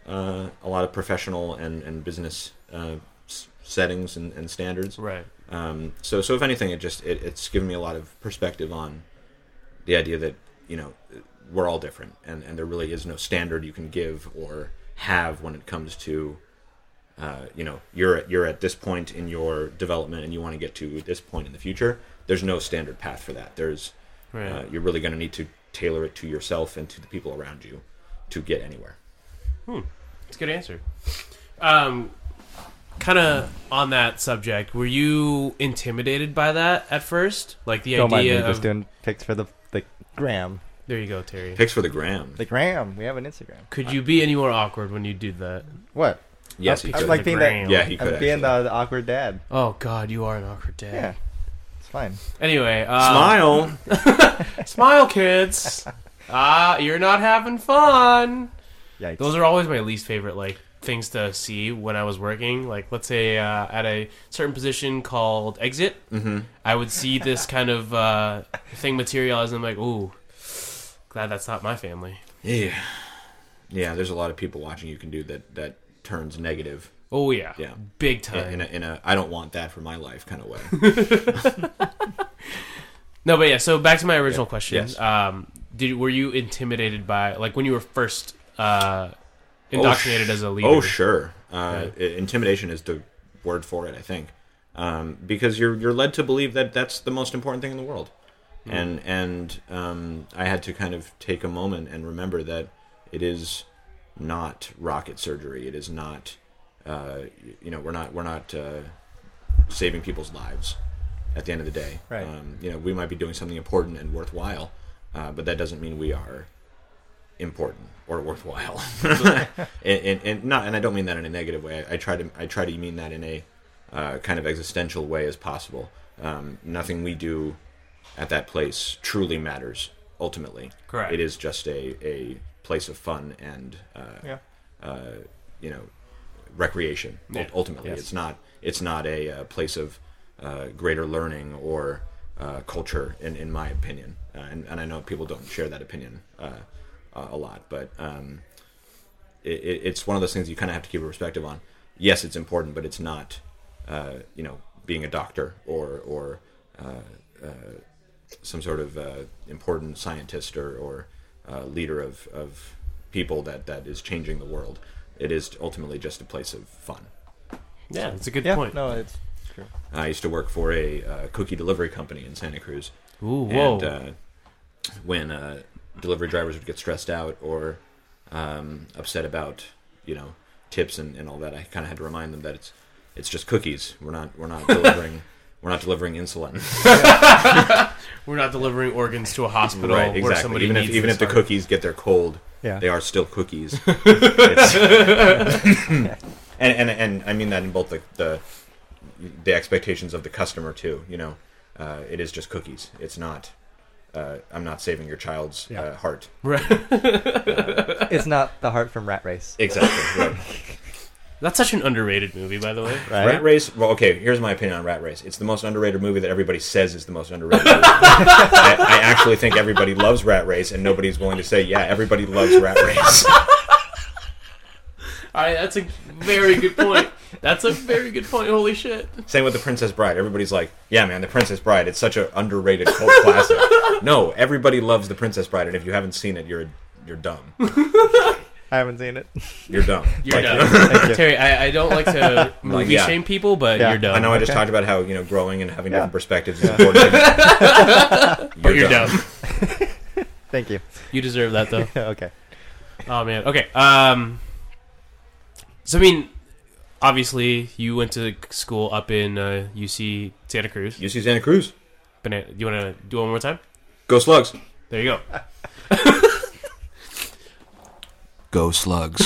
C: uh, a lot of professional and and business uh, s- settings and, and standards.
B: Right.
C: Um, so, so if anything, it just it, it's given me a lot of perspective on the idea that you know we're all different, and and there really is no standard you can give or have when it comes to uh, you know you're at, you're at this point in your development and you want to get to this point in the future. There's no standard path for that. There's
B: Right.
C: uh, you're really going to need to tailor it to yourself and to the people around you to get anywhere.
B: It's a good answer. Um, kind of on that subject, were you intimidated by that at first? Like the
A: Don't mind me
B: idea
A: just
B: of
A: doing pics for the the gram.
B: there you go, Terry.
C: Picks for the gram.
A: The gram. We have an Instagram.
B: Could you be any more awkward when you did that?
A: What?
C: Yes,
A: I'm-
C: he
A: I'm
C: could.
A: like being that.
B: Gram.
C: yeah, he
A: I'm
C: could.
A: being
C: actually.
A: the, the awkward dad.
B: Oh God, you are an awkward dad.
A: Yeah, it's fine.
B: Anyway, uh,
C: Smile.
B: smile, kids. Ah, you're not having fun.
A: Yikes.
B: Those are always my least favorite like things to see when I was working. Like let's say uh, at a certain position called exit, mm-hmm. I would see this kind of uh, thing materialize, and I'm like, ooh, glad that's not my family.
C: Yeah, yeah. There's a lot of people watching you can do that. That turns negative
B: Oh yeah,
C: Yeah.
B: big
C: in,
B: time.
C: in a in a I don't want that for my life kind of way.
B: No, but yeah. So back to my original question.
C: Yes.
B: Um, did were you intimidated by like when you were first uh, indoctrinated as a leader?
C: Oh sure, uh, i- intimidation is the word for it, I think, um, because you're you're led to believe that that's the most important thing in the world,
B: Hmm.
C: and and um, I had to kind of take a moment and remember that it is not rocket surgery. It is not, uh, y- you know, we're not we're not uh, saving people's lives at the end of the day.
A: Right.
C: Um, you know, we might be doing something important and worthwhile, uh, but that doesn't mean we are important or worthwhile. and, and, and not, and I don't mean that in a negative way. I, I try to, I try to mean that in a uh, kind of existential way as possible. Um, nothing we do at that place truly matters ultimately.
B: Correct.
C: It is just a, a place of fun and uh,
A: Yeah.
C: uh, you know recreation ul-
B: Yeah.
C: ultimately
B: Yes.
C: it's not it's not a uh, place of uh, greater learning or uh, culture in, in my opinion uh, and, and I know people don't share that opinion uh, a a lot but um, it, it- it's one of those things you kind of have to keep a perspective on yes it's important but it's not uh, you know being a doctor or or some sort of uh, important scientist or, or uh, leader of, of people that, that is changing the world. I- It is ultimately just a place of fun.
B: Yeah, it's a good
A: Yeah,
B: point.
A: no, it's true.
C: I used to work for a uh, cookie delivery company in Santa Cruz.
B: Ooh, whoa.
C: And uh, when uh, delivery drivers would get stressed out or um, upset about, you know, tips and, and all that, I kind of had to remind them that it's it's just cookies. We're not we're not delivering we're not delivering insulin.
B: We're not delivering organs to a hospital
C: right,
B: where
C: exactly.
B: somebody
C: Even if
B: needs
C: even
B: this
C: if the
B: hard.
C: cookies get their cold,
A: Yeah.
C: they are still cookies. It's- and, and and I mean that in both the, the the expectations of the customer too. You know, uh, it is just cookies. It's not. Uh, I'm not saving your child's uh,
D: Yeah.
C: heart.
A: It's not the heart from Rat Race,
C: Exactly. Right.
B: That's such an underrated movie, by the way.
A: right?
C: Rat Race. Well, okay. Here's my opinion on Rat Race. It's the most underrated movie that everybody says is the most underrated. movie. I, I actually think everybody loves Rat Race, and nobody's willing to say, "Yeah, everybody loves Rat Race."
B: All right, that's a very good point. That's a very good point. Holy shit!
C: Same with the Princess Bride. Everybody's like, "Yeah, man, the Princess Bride. It's such an underrated cult classic." no, everybody loves the Princess Bride, and if you haven't seen it, you're you're dumb.
A: I haven't seen it.
C: You're dumb.
B: You're
C: Like,
B: dumb.
A: Thank you.
B: Terry, I, I don't like to movie
C: yeah.
B: shame people, but
A: Yeah.
B: you're dumb.
C: I know. I just
A: Okay.
C: talked about how you know growing and having
A: Yeah.
C: different perspectives is important.
B: but you're dumb.
A: Thank you.
B: You deserve that though.
A: okay.
B: Oh man. Okay. Um. So I mean, obviously, you went to school up in uh, UC Santa Cruz.
C: You see Santa Cruz.
B: Bana- do you want to do it one more time?
C: Go Slugs.
B: There you go.
C: Go Slugs.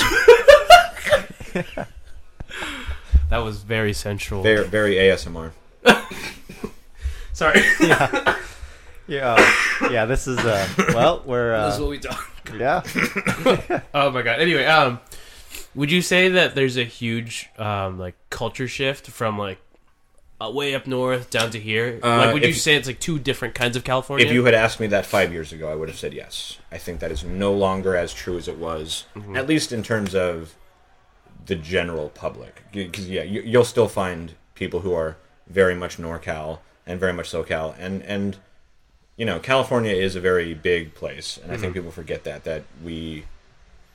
B: That was very sensual.
C: Very very ASMR.
B: Sorry.
A: Yeah, uh, yeah. This is uh, well, we're
B: This is
A: uh,
B: what we talk.
A: yeah.
B: Oh my god. Anyway, um, would you say that there's a huge um like culture shift from like uh, way up north down to here?
C: Uh,
B: like, would you
C: if-
B: say it's like two different kinds of California?
C: If you had asked me that five years ago, I would have said yes. I think that is no longer as true as it was, at least in terms of the general public. Because yeah, you, you'll still find people who are very much NorCal and very much SoCal, and and you know, California is a very big place, and I
B: Mm-hmm.
C: think people forget that that we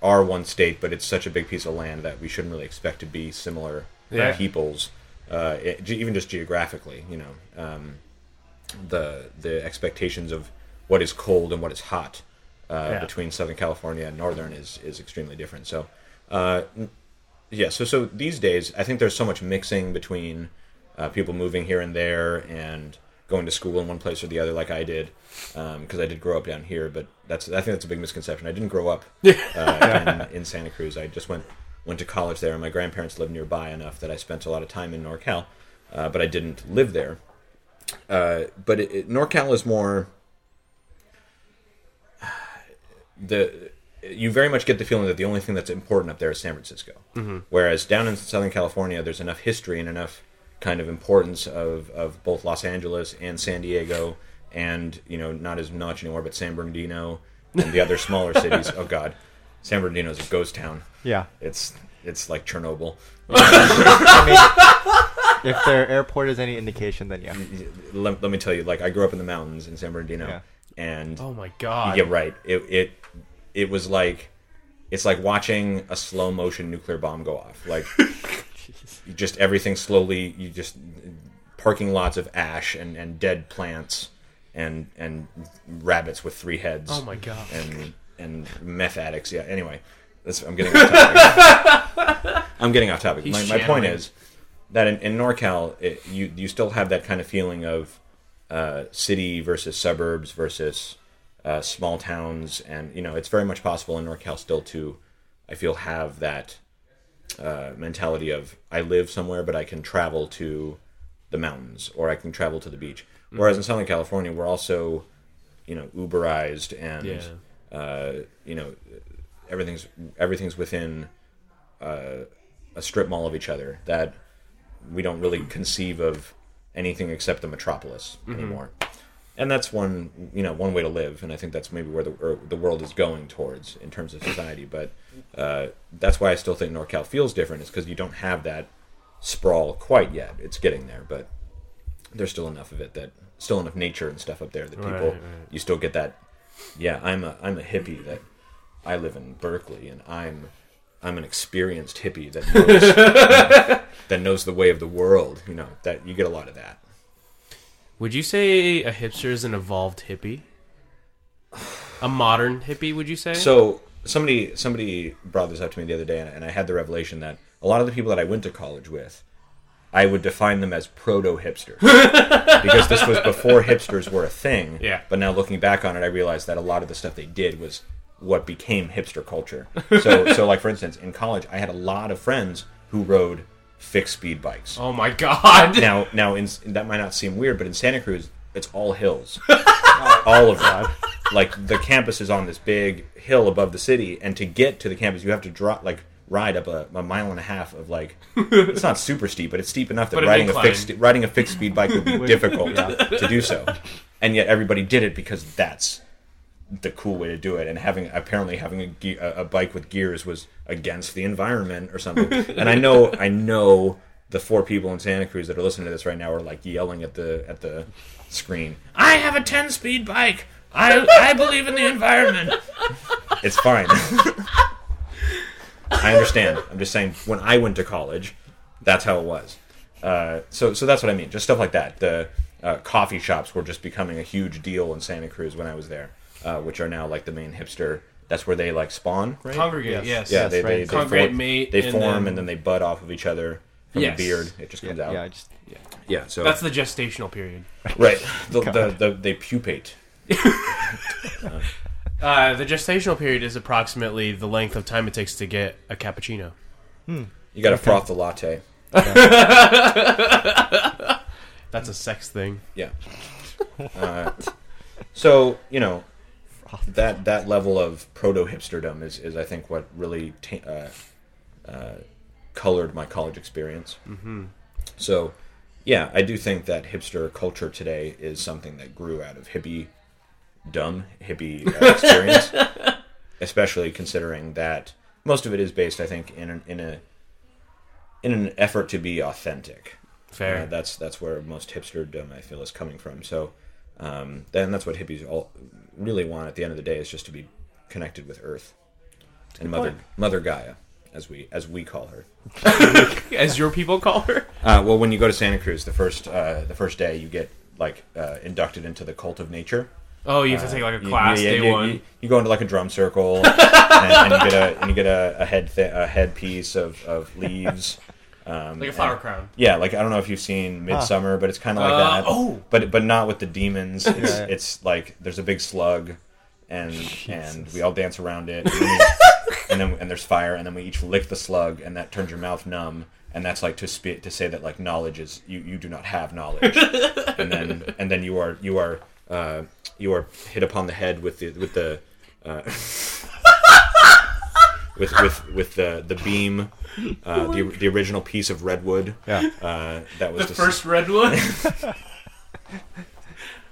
C: are one state, but it's such a big piece of land that we shouldn't really expect to be similar
B: Yeah.
C: peoples, uh, it, ge- even just geographically. You know, um, the the expectations of what is cold and what is hot uh,
B: Yeah.
C: between Southern California and Northern is is extremely different. So, uh, n- yeah. So so these days, I think there's so much mixing between uh, people moving here and there and going to school in one place or the other, like I did, because I did grow up down here. But that's I think that's a big misconception. I didn't grow up uh, in, in Santa Cruz. I just went went to college there, and my grandparents lived nearby enough that I spent a lot of time in NorCal, uh, but I didn't live there. Uh, but it, it, NorCal is more the you very much get the feeling that the only thing that's important up there is San Francisco.
A: Mm-hmm.
C: Whereas down in Southern California, there's enough history and enough kind of importance of, of both Los Angeles and San Diego, and you know not as much anymore, but San Bernardino and the other smaller cities. Oh God, San Bernardino is a ghost town.
A: Yeah.
C: It's it's like Chernobyl.
A: If their airport is any indication, then yeah.
C: Let, let me tell you, like I grew up in the mountains in San Bernardino,
A: Yeah.
C: and
B: oh my god.
C: Yeah, right. It it it was like it's like watching a slow motion nuclear bomb go off. Like you just everything slowly. You just parking lots of ash and, and dead plants and and rabbits with three heads.
B: Oh my god.
C: And and meth addicts. Yeah. Anyway, that's, I'm getting off topic. I'm getting off topic.
B: He's
C: My, my point
B: channeling.
C: is that in, in NorCal, it, you you still have that kind of feeling of uh, city versus suburbs versus uh, small towns, and you know it's very much possible in NorCal still to, I feel, have that uh, mentality of I live somewhere, but I can travel to the mountains or I can travel to the beach. Whereas in Southern California, we're also, you know, Uberized and uh, you know everything's everything's within uh, a strip mall of each other that we don't really conceive of anything except the metropolis
B: Mm-hmm.
C: anymore. And that's one, you know, one way to live, and I think that's maybe where the or the world is going towards in terms of society. But uh, that's why I still think NorCal feels different, is because you don't have that sprawl quite yet. It's getting there, but there's still enough of it that still enough nature and stuff up there that people
B: right.
C: you still get that. Yeah, I'm a I'm a hippie that I live in Berkeley, and I'm I'm an experienced hippie that knows, you know, that knows the way of the world. You know that you get a lot of that.
B: Would you say a hipster is an evolved hippie? A modern hippie, would you say?
C: So somebody somebody brought this up to me the other day, and, and I had the revelation that a lot of the people that I went to college with, I would define them as proto hipsters because this was before hipsters were a thing.
B: Yeah.
C: But now looking back on it, I realized that a lot of the stuff they did was what became hipster culture. So so like for instance, in college, I had a lot of friends who rode fixed speed bikes
B: oh my god.
C: now now in, that might not seem weird, but in Santa Cruz, it's all hills, all of them. Like the campus is on this big hill above the city, and to get to the campus, you have to drop like ride up a, a mile and a half of like it's not super steep, but it's steep enough that
B: But an
C: riding a
B: incline.
C: fixed riding a fixed speed bike would be difficult to do so. And yet everybody did it because that's the cool way to do it and having apparently having a, ge- a a bike with gears was against the environment or something and i know i know the four people in santa cruz that are listening to this right now are like yelling at the at the screen i have a 10 speed bike i i believe in the environment it's fine i understand i'm just saying when i went to college that's how it was uh, so so that's what i mean just stuff like that the uh, coffee shops were just becoming a huge deal in santa cruz when i was there uh, which are now like the main hipster that's where they like spawn right
B: Congregate,
A: Yes.
B: yes.
C: yeah,
A: Yes,
C: they,
A: right.
C: they, they
B: Congregate
C: form,
B: mate,
C: they
B: and
C: form
B: then-
C: and then they bud off of each other from
B: Yes.
C: the beard. It just comes out.
A: Yeah, I just
C: yeah, so
B: That's the gestational period.
C: right. The, the, the, they pupate.
B: Uh, the gestational period is approximately the length of time it takes to get a cappuccino.
C: You got to froth the latte.
B: That's a sex thing.
C: Yeah. Uh, so you know that that level of proto hipsterdom is, is I think what really ta- uh, uh, colored my college experience. Mm-hmm. So yeah, I do think that hipster culture today is something that grew out of hippie dumb hippie uh, experience, especially considering that most of it is based, I think, in an, in a in an effort to be authentic. Uh,
B: Fair.
C: that's that's where most hipsterdom I feel is coming from. So, um, then that's what hippies all really want at the end of the day is just to be connected with Earth and Mother Mother Gaia, as we as we call her.
B: As your people call her.
C: Uh, well, when you go to Santa Cruz, the first uh, the first day you get like uh, inducted into the cult of nature.
B: Oh, you have to take like a
C: Uh, You-
B: class
C: you-
B: day
C: you-
B: one.
C: You, you go into like a drum circle, and, and you get a and you get a, a head thi- a headpiece of of leaves. Um,
B: like a
C: and-
B: flower crown.
C: Yeah, like I don't know if you've seen Midsummer, but it's kind of like
B: Uh,
C: that.
B: oh!
C: but but not with the demons. It's,
A: Yeah.
C: it's like there's a big slug, and and we all dance around it, and, then- and then and there's fire, and then we each lick the slug, and that turns your mouth numb, and that's like to spit to say that like knowledge is you you do not have knowledge, and then and then you are you are uh, you are hit upon the head with the with the. Uh, With, with with the the beam, uh, the, the original piece of redwood
A: yeah.
C: uh, that was
B: The first redwood.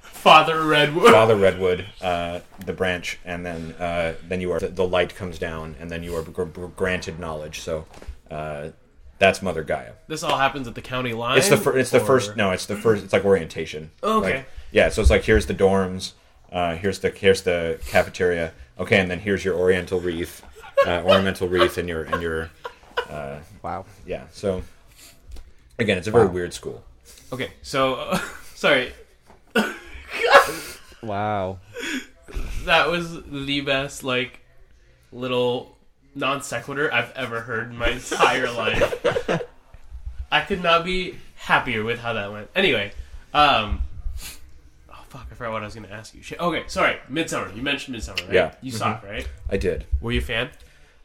B: Father Redwood.
C: father redwood, uh, the branch, and then uh, then you are the, the light comes down, and then you are gr- gr- granted knowledge. So uh, that's Mother Gaia.
B: This all happens at the county line.
C: It's the fir- it's the
B: or- Oh,
C: first no, it's the first it's like orientation.
B: Okay.
C: Like- yeah, so it's like here's the dorms, uh, here's the here's the cafeteria. Okay, and then here's your oriental wreath, uh, ornamental wreath, and your and your
A: Wow.
C: yeah. So again, it's a very
A: Wow.
C: weird school.
B: Okay, so uh, sorry,
A: Wow.
B: that was the best like little non sequitur I've ever heard in my entire life. I could not be happier with how that went. Anyway, um, oh fuck, I forgot what I was gonna ask you. Shit. Okay, sorry. Midsummer. You mentioned Midsummer, right?
C: Yeah. Mm-hmm.
B: You saw it, right?
C: I did.
B: Were you a fan?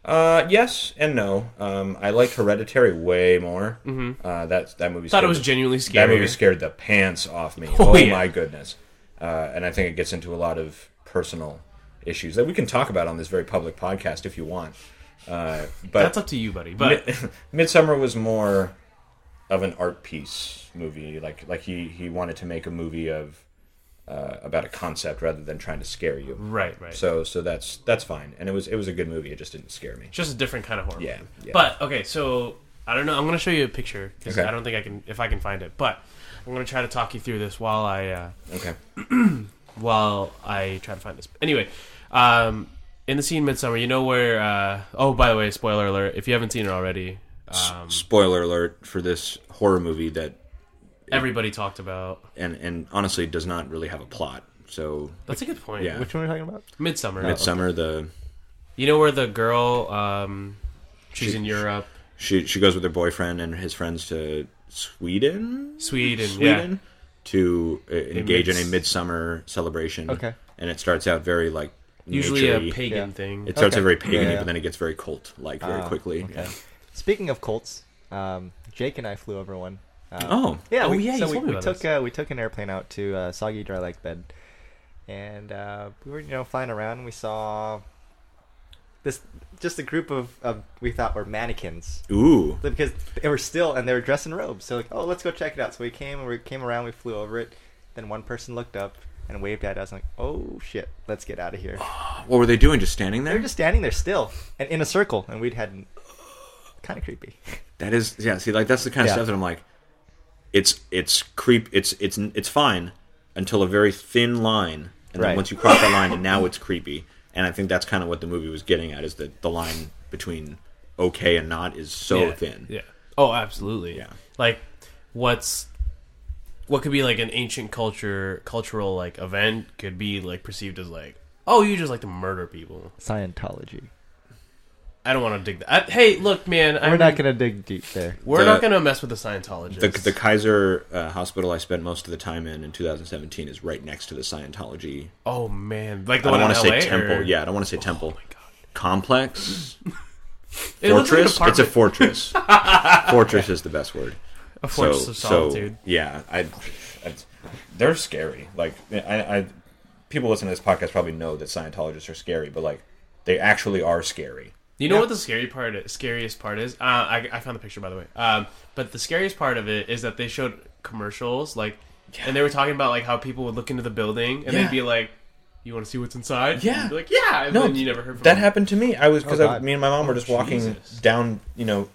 C: Uh, yes and no. Um, I liked Hereditary way more. Mm-hmm. Uh, that that movie.
B: Thought it
C: scared
B: was
C: the-
B: genuinely scary.
C: That movie scared the pants off me.
B: Oh,
C: Oh,
B: yeah.
C: my goodness! Uh, and I think it gets into a lot of personal issues that we can talk about on this very public podcast if you want. Uh,
B: That's
C: but
B: up to you, buddy. But
C: Midsummer was more of an art piece movie. Like like he he wanted to make a movie of uh, about a concept rather than trying to scare you.
B: right, right.
C: So so that's that's fine. And it was it was a good movie. It just didn't scare me.
B: Just a different kind of horror.
C: Yeah. yeah.
B: But okay, so I don't know. I'm gonna show you a picture 'cause
C: Okay.
B: I don't think I can if I can find it. But I'm gonna try to talk you through this while I uh,
C: okay.
B: while I try to find this. Anyway, um, in the scene Midsummer, you know where? Uh, oh, by the way, spoiler alert! If you haven't seen it already, um,
C: Spoiler alert for this horror movie that
B: everybody talked about.
C: and and honestly does not really have a plot. So
B: That's a good point.
C: Yeah.
A: Which one are we talking about?
B: Midsummer.
C: Midsummer, the
B: You know where the girl? Um, she's in Europe,
C: she she goes with her boyfriend and his friends to Sweden,
B: Sweden.
C: Sweden, to uh, engage in
B: mids-
C: a midsummer celebration.
A: Okay.
C: and it starts out very like
B: Yeah, usually a
C: nature-y.
B: pagan
A: Yeah.
B: thing.
C: It starts
A: Okay.
C: out very pagan,
A: Yeah, yeah.
C: but then it gets very cult like very
A: Ah,
C: quickly. Yeah.
A: Speaking of cults, um, Jake and I flew over one. Uh,
C: Oh,
A: Yeah,
B: Oh,
A: we,
B: yeah, you
A: so
B: told
A: we,
B: me
A: we
B: about
A: took uh, we took an airplane out to uh, Soggy Dry Lake Bed, and uh, we were you know flying around. and We saw this just a group of, of we thought were mannequins
C: ooh,
A: because they were still and they were dressed in robes. So like, oh, let's go check it out. So we came and we came around. We flew over it. Then one person looked up and waved at us. Like, oh shit, let's get out of here.
C: what were they doing? Just standing
A: They
C: there?
A: were just standing there still and in a circle, and we'd had kind of creepy.
C: That is, yeah. See, like that's the kind of
A: Yeah.
C: stuff that I'm like, it's it's creep. It's it's it's fine until a very thin line, and
A: Right.
C: then once you cross that line, now it's creepy. And I think that's kind of what the movie was getting at is that the line between okay and not is so
B: yeah.
C: thin.
B: Yeah. Oh, absolutely.
C: Yeah.
B: Like, what's what could be like an ancient culture cultural like event could be like perceived as like, oh, you just like to murder people.
A: Scientology.
B: I don't want to dig that. I, hey, look, man,
A: We're
B: I'm,
A: not gonna dig deep there.
B: we're
C: The-
B: not gonna mess with the Scientologists.
C: The, the Kaiser uh, hospital I spent most of the time in in 2017 is right next to the Scientology.
B: oh man, like the
C: I
B: one
C: don't want
B: in
C: to
B: LA,
C: say temple.
B: or-
C: Yeah, I don't want to say temple.
B: Oh my god.
C: Complex
B: It looks like an
C: fortress. it's a
B: apartment.
C: fortress. fortress is the best word.
B: a fortress of solitude.
C: So, yeah, I, I, they're scary. Like I, I, people listening to this podcast probably know that Scientologists are scary, but like they actually are scary.
B: You know what the scary part, scariest part is? Uh, I, I found the picture by the way. Um, but the scariest part of it is that they showed commercials, like, and they were talking about like how people would look into the building and
C: Yeah.
B: they'd be like, "You want to see what's inside?"
C: Yeah.
B: You'd be like yeah. And
C: No,
B: then you never heard from
C: That
B: them.
C: happened to me. I was because
A: Oh,
C: I
A: God.
C: me and my mom were just walking
B: Jesus.
C: down, you know,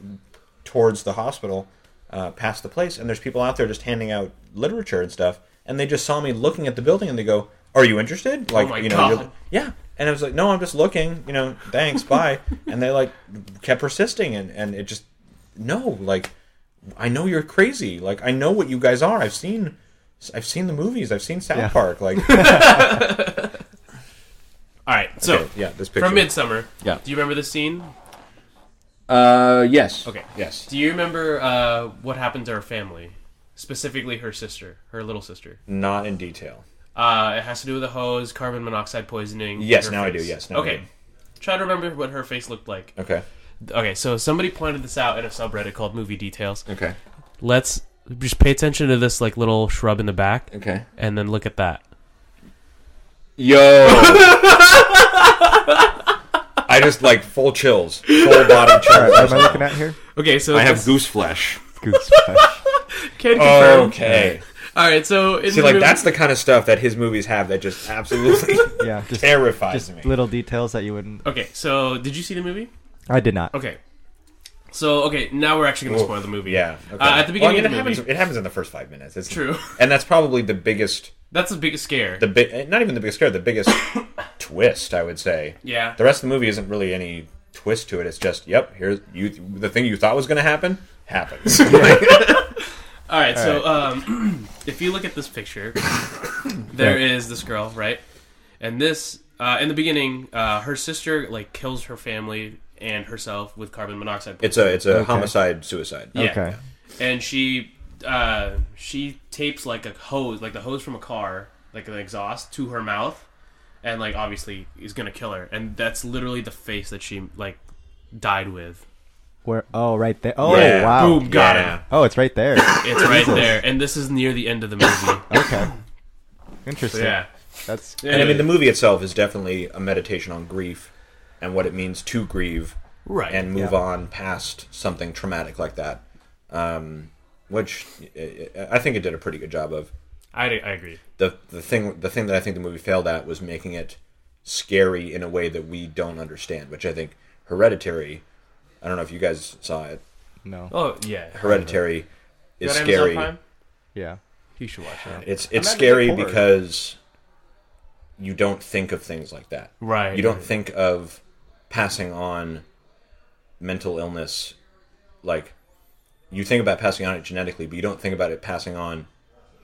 C: towards the hospital, uh, past the place, and there's people out there just handing out literature and stuff, and they just saw me looking at the building, and they go, "Are you interested?" Like,
B: Oh my
C: you know, you're-
B: God.
C: yeah. And I was like, "No, I'm just looking." You know, thanks, bye. And they like kept persisting, and and it just no, like I know you're crazy. Like I know what you guys are. I've seen. I've seen the movies. I've seen South
A: Yeah.
C: Park. Like,
B: All right. So
C: yeah, this picture.
B: from Midsummer.
C: Yeah.
B: Do you remember the scene?
C: uh, yes.
B: Okay.
C: Yes.
B: Do you remember uh, what happened to her family, specifically her sister, her little sister?
C: Not in detail.
B: Uh, it has to do with the hose, carbon monoxide poisoning.
C: Yes,
B: her
C: now I
B: face.
C: do, yes, now I
B: okay.
C: do.
B: Try to remember what her face looked like.
C: Okay.
B: Okay, so somebody pointed this out in a subreddit called Movie Details.
C: Okay.
B: Let's just pay attention to this like little shrub in the back,
C: Okay.
B: and then look at that.
C: Yo. I just like full chills, full bottom
A: All right, what
C: chills.
A: am I looking at here?
B: Okay, so
C: I have goose flesh.
A: Gooseflesh.
B: can confirm.
C: Okay.
B: All right, so in
C: See,
B: the
C: like
B: movie-
C: that's the kind of stuff that his movies have that just absolutely
A: Yeah, just
C: terrifies
A: just
C: me.
A: little details that you wouldn't.
B: okay. So did you see the movie?
A: I did not.
B: Okay, so okay, now we're actually gonna
C: Oof.
B: spoil the movie.
C: yeah.
B: Uh,
C: okay.
B: at the
C: Well, I mean,
B: beginning of the
C: it
B: movie,
C: happens. It happens in the first five minutes. It's
B: True.
C: and that's probably the biggest,
B: that's the biggest scare.
C: the big, not even the biggest scare, the biggest twist. I would say.
B: yeah,
C: The rest of the movie isn't really any twist to it. It's just, yep, here's you. The thing you thought was going to happen happens.
B: All right, so Um, if you look at this picture, there is this girl, right? And this, uh, in the beginning, uh, her sister like kills her family and herself with carbon monoxide.
C: It's a it's a
A: Okay.
C: homicide suicide.
B: yeah.
A: Okay.
B: And she, uh, she tapes like a hose, like the hose from a car, like an exhaust, to her mouth, and like obviously is gonna kill her. And that's literally the face that she like died with.
A: Where? Oh, right there. Oh,
C: Yeah.
A: wow.
B: Boom, got
C: Yeah.
B: him.
A: Oh, it's right there.
B: It's right there, and this is near the end of the movie.
A: Okay. Interesting.
B: yeah.
A: That's
C: And I mean the movie itself is definitely a meditation on grief and what it means to grieve
B: right.
C: and move
A: Yeah.
C: on past something traumatic like that. Um, which uh, I think it did a pretty good job of.
B: I, I agree.
C: The the thing the thing that I think the movie failed at was making it scary in a way that we don't understand, which I think Hereditary I don't know if you guys saw it.
A: no.
B: Oh yeah,
C: Hereditary is
B: Got Amazon
C: scary.
B: Prime?
A: Yeah.
B: You should watch that.
C: It's it's
B: Imagine
C: scary
B: the horror.
C: because you don't think of things like that.
B: Right.
C: You don't think of passing on mental illness like you think about passing on it genetically, but you don't think about it passing on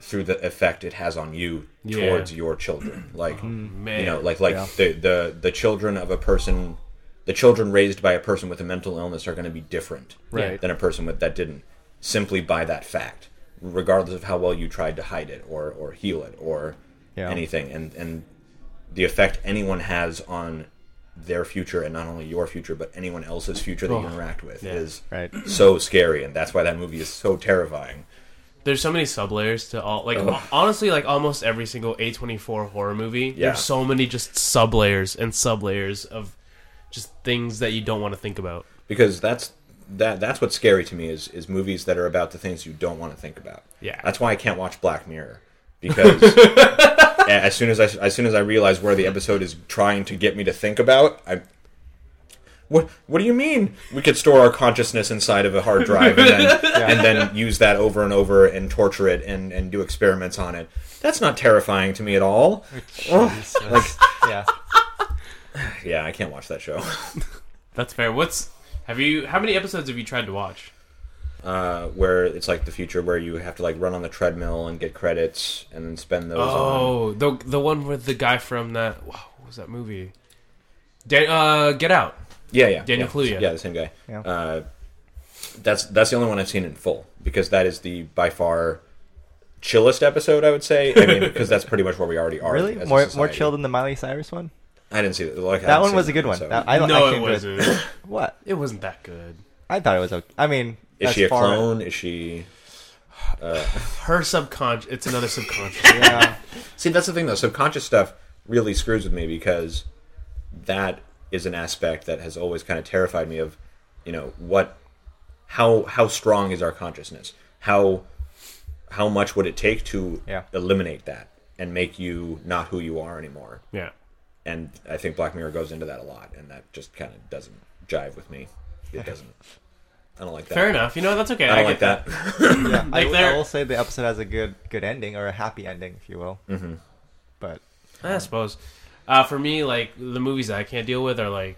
C: through the effect it has on you
B: Yeah. Mm-hmm.
C: towards your children. Like
B: man.
C: you know, like like
A: Yeah.
C: the, the the children of a person the children raised by a person with a mental illness are going to be different
A: Right.
C: than a person with that didn't simply by that fact regardless of how well you tried to hide it or or heal it or
A: Yeah.
C: anything and and the effect anyone has on their future and not only your future but anyone else's future that you
B: Oh,
C: interact with
B: yeah.
C: is
A: Right.
C: so scary and that's why that movie is so terrifying
B: There's so many sub layers to all. Like
C: Ugh.
B: honestly, like almost every single A24 horror movie.
C: Yeah.
B: There's so many just sub layers and sub layers of just things that you don't want to think about.
C: because that's that that's what's scary to me is is movies that are about the things you don't want to think about.
B: Yeah.
C: that's why I can't watch Black Mirror because a- as soon as I as soon as I realize where the episode is trying to get me to think about, I what what do you mean? We could store our consciousness inside of a hard drive and then, and then use that over and over and torture it and and do experiments on it. That's not terrifying to me at all.
A: like, uh, yeah.
C: Yeah, I can't watch that show.
B: That's fair. What's have you? How many episodes have you tried to watch?
C: uh, where it's like the future where you have to like run on the treadmill and get credits and then spend those on.
B: Oh, the the one with the guy from that. Wow, what was that movie? Dan, uh, Get Out.
C: Yeah, yeah.
B: Daniel
C: yeah.
B: Kaluuya.
C: Yeah, the same guy.
A: Yeah.
C: Uh, that's that's the only one I've seen in full because that is the by far chillest episode I would say. I mean, because that's pretty much where we already are.
A: Really?
C: as a
A: More more
C: society.
A: chill than the Miley Cyrus one?
C: I didn't see that. Like, I
A: That
C: haven't
A: one
C: seen
A: was a good one.
C: so-
A: That- I don't
B: no,
A: I
B: it
A: can't do it.
B: wasn't.
A: What?
B: it wasn't that good.
A: I thought it was okay. I mean,
C: is
A: as
C: she a
A: far-
C: clone? Is she?
B: Her subconscious. It's another subconscious.
A: Yeah.
C: See, that's the thing though. Subconscious stuff really screws with me because that is an aspect that has always kind of terrified me of, you know, what how how strong is our consciousness? How how much would it take to
A: Yeah.
C: eliminate that and make you not who you are anymore?
B: yeah.
C: And I think Black Mirror goes into that a lot and that just kind of doesn't jive with me. It doesn't. I don't like that.
B: Fair enough. You know that's okay.
C: I don't
B: get
C: like that.
A: yeah. I,
B: Like there-
A: I will say the episode has a good good ending or a happy ending, if you will. Mm-hmm. But
B: I suppose. Uh, for me, like the movies that I can't deal with are like,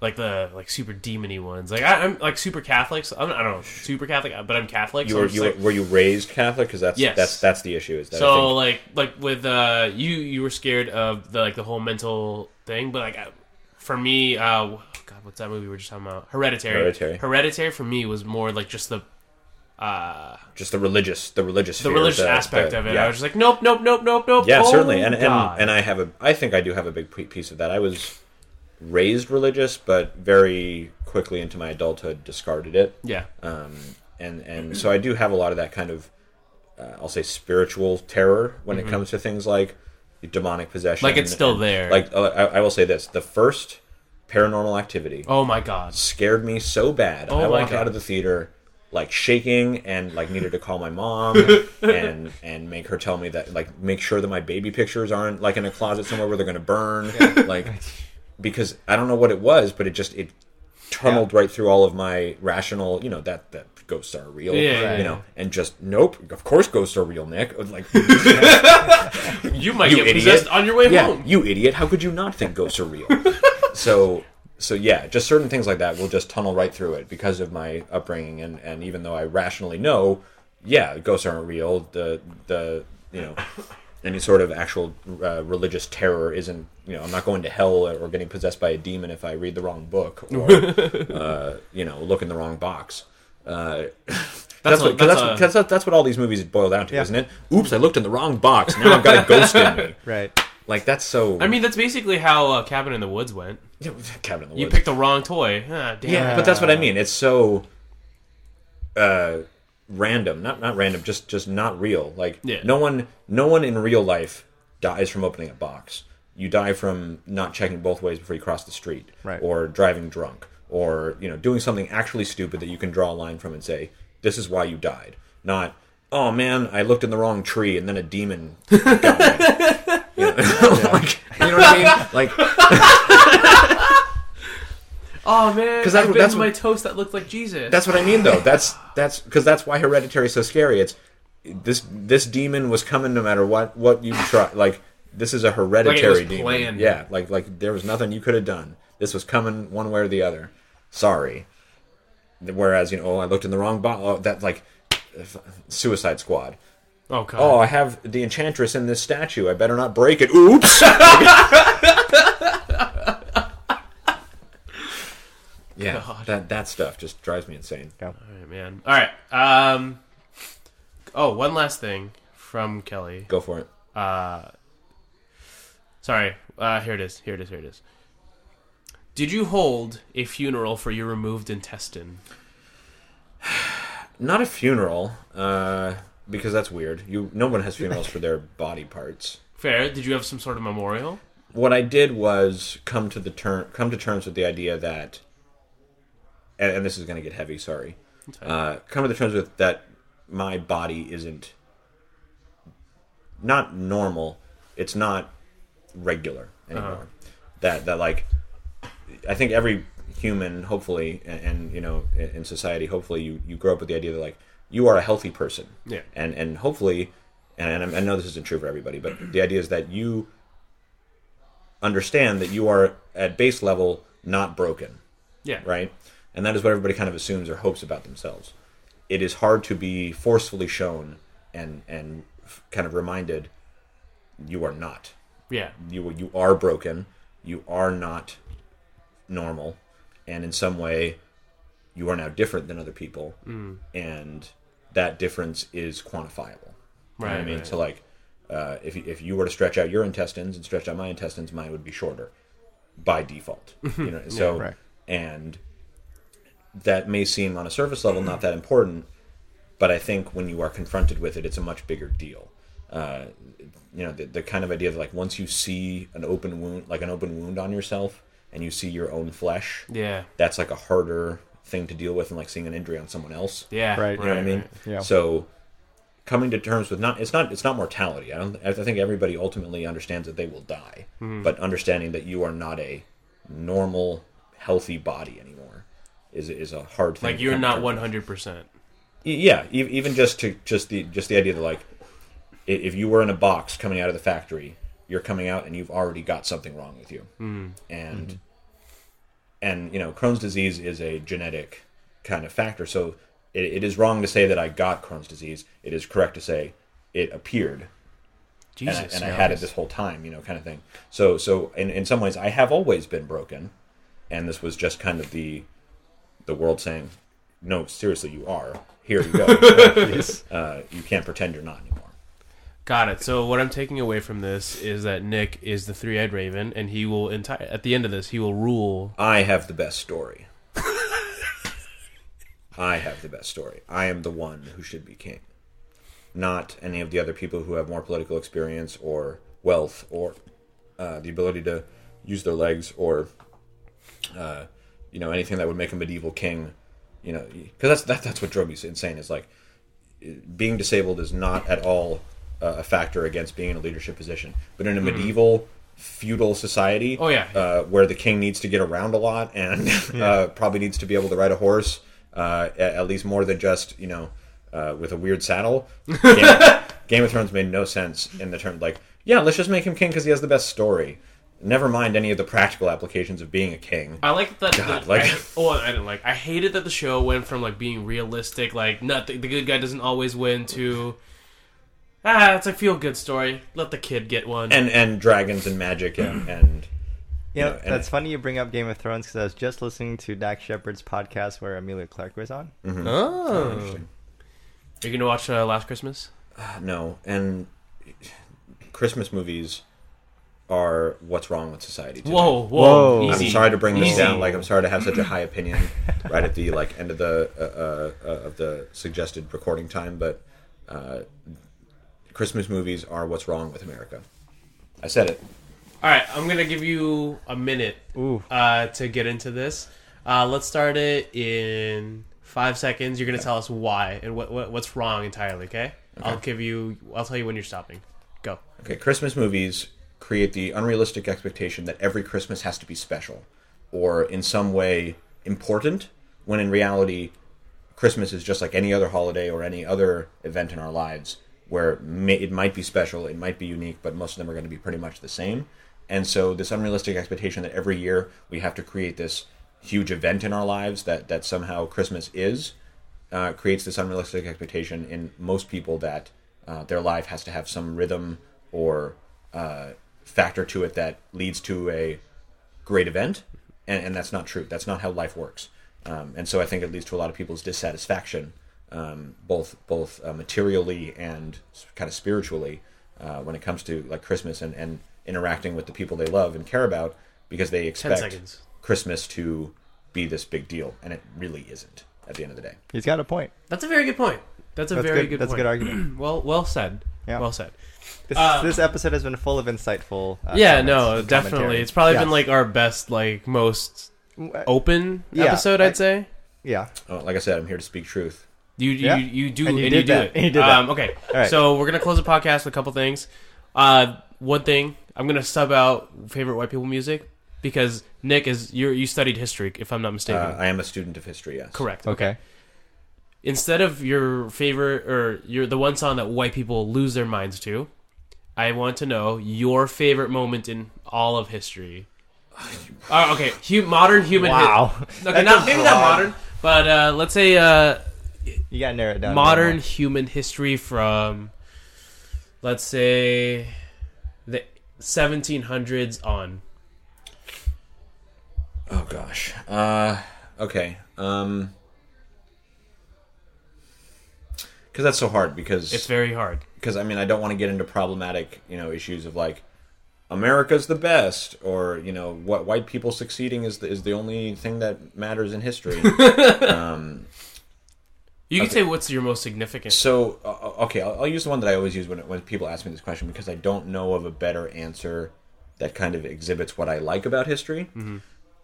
B: like the like super demony ones. Like I, I'm like super Catholics. I'm, I don't know super Catholic, but I'm Catholic.
C: You
B: so
C: were,
B: I'm just
C: you were,
B: like,
C: were you raised Catholic? Because that's
B: Yes.
C: that's that's the issue. Is that I
B: so
C: think-
B: like like with uh you you were scared of the like the whole mental thing, but like I, for me, uh oh, God, what's that movie we were just talking about? Hereditary.
C: Hereditary.
B: Hereditary for me was more like just the. Uh,
C: just the religious the religious
B: the
C: fear,
B: religious
C: the-
B: aspect
C: the-
B: of it.
C: yeah,
B: I was just like, nope, nope, nope, nope, nope.
C: yeah
B: Oh,
C: certainly and, and
B: God.
C: and i have a i think i do have a big p- piece of that i was raised religious but very quickly into my adulthood discarded it
B: yeah,
C: um, and and so i do have a lot of that kind of uh, i'll say spiritual terror when it comes to things like demonic possession
B: Mm-hmm. Like it's still there.
C: like uh, I, I will say this the first paranormal activity
B: oh my God,
C: scared me so bad.
B: Oh
C: I
B: my
C: walked
B: God.
C: out of the theater like shaking and like needed to call my mom and and make her tell me that like make sure that my baby pictures aren't like in a closet somewhere where they're going to burn like because I don't know what it was but it just it tunneled right through all of my rational, you know, that that ghosts are real,
B: Yeah, yeah,
C: you
B: yeah.
C: know, and just nope, of course ghosts are real, Nick. Like
B: you might
C: you
B: get
C: idiot.
B: possessed on your way
C: yeah,
B: home.
C: You idiot. How could you not think ghosts are real? so, so yeah, just certain things like that will just tunnel right through it because of my upbringing, and and even though I rationally know, yeah, ghosts aren't real. The the you know. Any sort of actual uh, religious terror isn't, you know, I'm not going to hell or getting possessed by a demon if I read the wrong book or, uh, you know, look in the wrong box. Uh, that's,
B: That's a-
C: what, 'cause
B: that's
C: that's,
B: a-
C: that's, that's, what all these movies boil down to,
A: Yeah.
C: isn't it? Oops, I looked in the wrong box. Now I've got a ghost in me.
A: right.
C: Like that's so.
B: I mean, that's basically how uh, Cabin in the Woods went.
C: Cabin in the
B: You
C: Woods.
B: picked the wrong toy. Ah, damn.
C: yeah,
B: it.
C: but that's what I mean. It's so uh, random. Not not random. Just just not real. Like
B: Yeah.
C: no one no one in real life dies from opening a box. You die from not checking both ways before you cross the street,
A: Right.
C: or driving drunk, or you know doing something actually stupid that you can draw a line from and say this is why you died. Not oh man, I looked in the wrong tree and then a demon got me. You know, like, you know what I mean? Like
B: Oh man, because
C: 'Cause that-
B: I bit
C: that's
B: into my
C: what-
B: toast that looked like Jesus.
C: That's what I mean, though. That's that's because that's why Hereditary is so scary. It's this this demon was coming no matter what what you try. Like this is a hereditary
B: was
C: demon.
B: planned.
C: Yeah, like like there was nothing you could have done. This was coming one way or the other. Sorry. Whereas you know, oh, I looked in the wrong bottle. Oh, that like Suicide Squad.
B: Oh god.
C: Oh, I have the enchantress in this statue. I better not break it. Oops. yeah,
B: God.
C: that that stuff just drives me insane.
B: All right, man. All right. Um. Oh, one last thing from Kelly.
C: Go for it.
B: Uh. Sorry. Uh, here it is. Here it is. Here it is. Did you hold a funeral for your removed intestine?
C: Not a funeral, uh, because that's weird. You no one has funerals for their body parts.
B: Fair. Did you have some sort of memorial?
C: what I did was come to the term come to terms with the idea that, and, and this is going to get heavy. Sorry, uh, come to the terms with that my body isn't not normal. It's not regular anymore. That that like, I think every human, hopefully, and, and you know, in, in society, hopefully, you you grow up with the idea that like you are a healthy person.
B: Yeah.
C: And and hopefully, and, and I know this isn't true for everybody, but the idea is that you understand that you are at base level not broken,
B: Yeah.
C: right? And that is what everybody kind of assumes or hopes about themselves. It is hard to be forcefully shown and and f- kind of reminded you are not.
B: Yeah.
C: You you are broken. You are not normal, and in some way, you are now different than other people, and that difference is quantifiable. You know
B: Right.
C: what I mean,
B: right.
C: so like, uh, if if you were to stretch out your intestines and stretch out my intestines, mine would be shorter by default. You know, so
A: right.
C: and that may seem on a surface level not that important, but I think when you are confronted with it, it's a much bigger deal. Uh, you know, the, the kind of idea that like once you see an open wound, like an open wound on yourself, and you see your own flesh,
B: yeah.
C: that's like a harder thing to deal with than like seeing an injury on someone else.
B: Yeah.
A: Right.
C: You know what I mean?
B: right.
A: Yeah.
C: So coming to terms with not it's not it's not mortality. I don't I think everybody ultimately understands that they will die,
B: Mm-hmm.
C: but understanding that you are not a normal healthy body anymore is is a hard thing.
B: Like
C: to
B: you're
C: come to
B: not
C: terms
B: 100. percent
C: Y- yeah e- even just to just the just the idea that like i- if you were in a box coming out of the factory you're coming out and you've already got something wrong with you and and you know crohn's disease is a genetic kind of factor so it, it is wrong to say that i got crohn's disease it is correct to say it appeared and,
B: Jesus.
C: I, and I
B: man.
C: had it this whole time, you know, kind of thing. So, so in, in some ways, I have always been broken, and this was just kind of the the world saying, "No, seriously, you are. Here you go. uh, you can't pretend you're not anymore."
B: Got it. So what I'm taking away from this is that Nick is the three-eyed raven, and he will entire at the end of this he will rule.
C: I have the best story. I have the best story. I am the one who should be king, not any of the other people who have more political experience or wealth or uh, the ability to use their legs or uh, you know anything that would make a medieval king. You know, because that's that, that's what drove me insane. Is like being disabled is not at all uh, a factor against being in a leadership position. But in a medieval feudal society,
B: Mm-hmm. Oh, yeah.
C: uh, where the king needs to get around a lot and uh, probably needs to be able to ride a horse uh, a- at, least more than just you know uh, with a weird saddle. Game, Game of Thrones made no sense in the term like yeah, let's just make him king because he has the best story. Never mind any of the practical applications of being a king.
B: I like that.
C: God,
B: that-
C: like-
B: I, oh, I didn't like. I hated that the show went from like being realistic, like nothing. The good guy doesn't always win. To ah, it's a feel-good story. Let the kid get one.
C: And and dragons and magic
B: Mm-hmm.
C: and, and
A: You know,
C: Yeah, and-
A: that's funny you bring up Game of Thrones because I was just listening to Dak Shepard's podcast where Amelia Clark was on.
C: Mm.
B: oh, you're gonna watch uh, Last Christmas?
C: ah, No, and Christmas movies are what's wrong with society. Today.
B: Whoa, whoa!
A: Whoa.
C: I'm
B: Easy.
C: sorry to bring this
B: Easy.
C: down. Like, I'm sorry to have such a high opinion right at the like end of the uh, uh, uh, of the suggested recording time, but uh, Christmas movies are what's wrong with America. I said it.
B: All right, I'm gonna give you a minute
A: Ooh.
B: uh, to get into this. Uh, let's start it in five seconds. You're gonna tell us why and what, what what's wrong entirely. Okay? I'll give you. I'll tell you when you're stopping. Go.
C: Okay, Christmas movies create the unrealistic expectation that every Christmas has to be special or in some way important, when in reality, Christmas is just like any other holiday or any other event in our lives where it, may, it might be special, it might be unique, but most of them are going to be pretty much the same. And so this unrealistic expectation that every year we have to create this huge event in our lives that that somehow Christmas is uh, creates this unrealistic expectation in most people that uh, their life has to have some rhythm or uh, factor to it that leads to a great event, and, and that's not true. That's not how life works. Um, and so I think it leads to a lot of people's dissatisfaction, um, both both uh, materially and s- kind of spiritually, uh, when it comes to like Christmas and, and interacting with the people they love and care about, because they expect
B: seconds.
C: Christmas to be this big deal, and it really isn't at the end of the day.
A: He's got a point.
B: That's a very good point. That's a
A: That's
B: very
A: good-
B: good.
A: that's a
B: point.
A: good argument.
B: well, well said.
A: Yeah.
B: Well said.
A: This,
B: Uh,
A: this episode has been full of insightful. Uh,
B: yeah,
A: comments
B: no,
A: and
B: definitely.
A: commentary.
B: It's probably been
A: Yeah.
B: like our best, like most
A: W-
C: Oh.
B: open
A: Yeah,
B: episode.
A: I-
B: I'd say.
A: Mm, uh, yeah.
C: Uh, like I said, I'm here to speak truth.
B: You you,
A: Yeah.
B: you do
A: And
B: and
A: you
B: you,
A: did
B: do
A: that.
B: it.
A: And you did that.
B: um, okay.
A: right.
B: So we're gonna close the podcast with a couple things. Uh, one thing I'm gonna sub out favorite white people music because Nick is you you studied history if I'm not mistaken.
C: Uh, I am a student of history. Yes,
B: Mm-hmm. Correct.
A: Okay.
B: Instead of your favorite or your the one song that white people lose their minds to, I want to know your favorite moment in all of history. Uh, okay, hu- modern human. hi-
A: Wow.
B: okay,
A: That's
B: not
A: a
B: maybe not
A: broad-
B: modern, but uh, let's say. Uh,
A: You gotta narrow it down. a
B: modern
A: little more.
B: human history from let's say the 1700s on
C: Oh gosh. Uh, okay. Um, because that's so hard. Because
B: it's very hard
C: because I mean I don't want to get into problematic you know issues of like America's the best or you know what white people succeeding is the, is the only thing that matters in history.
B: you can say what's your most significant
C: so uh, okay, I'll, I'll use the one that I always use when when people ask me this question because I don't know of a better answer that kind of exhibits what I like about history,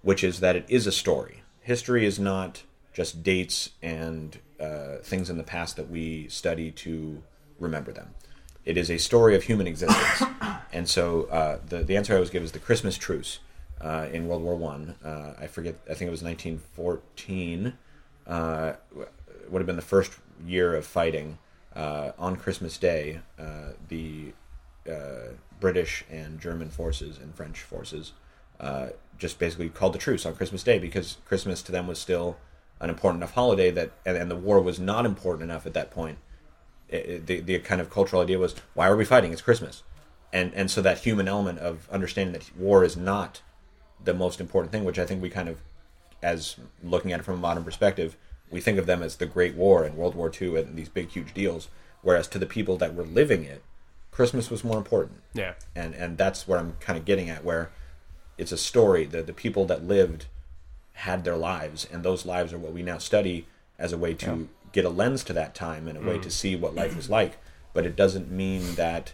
C: which is that it is a story. History is not just dates and uh, things in the past that we study to remember them. It is a story of human existence, and so uh, the the answer I always give is the Christmas truce uh, in World War One. Uh, I forget. I think it was 1914. Uh, w- would have been the first year of fighting. Uh, on Christmas Day, uh, the uh, British and German forces and French forces uh, just basically called the truce on Christmas Day because Christmas to them was still an important enough holiday that, and, and the war was not important enough at that point. It- it- the, the kind of cultural idea was, why are we fighting? It's Christmas. And, and so that human element of understanding that war is not the most important thing, which I think we kind of, as looking at it from a modern perspective, we think of them as the Great War and World War II and these big, huge deals. Whereas to the people that were living it, Christmas was more important
B: yeah
C: and and that's where I'm kind of getting at where it's a story that the people that lived had their lives and those lives are what we now study as a way to get a lens to that time and a way to see what life was like but it doesn't mean that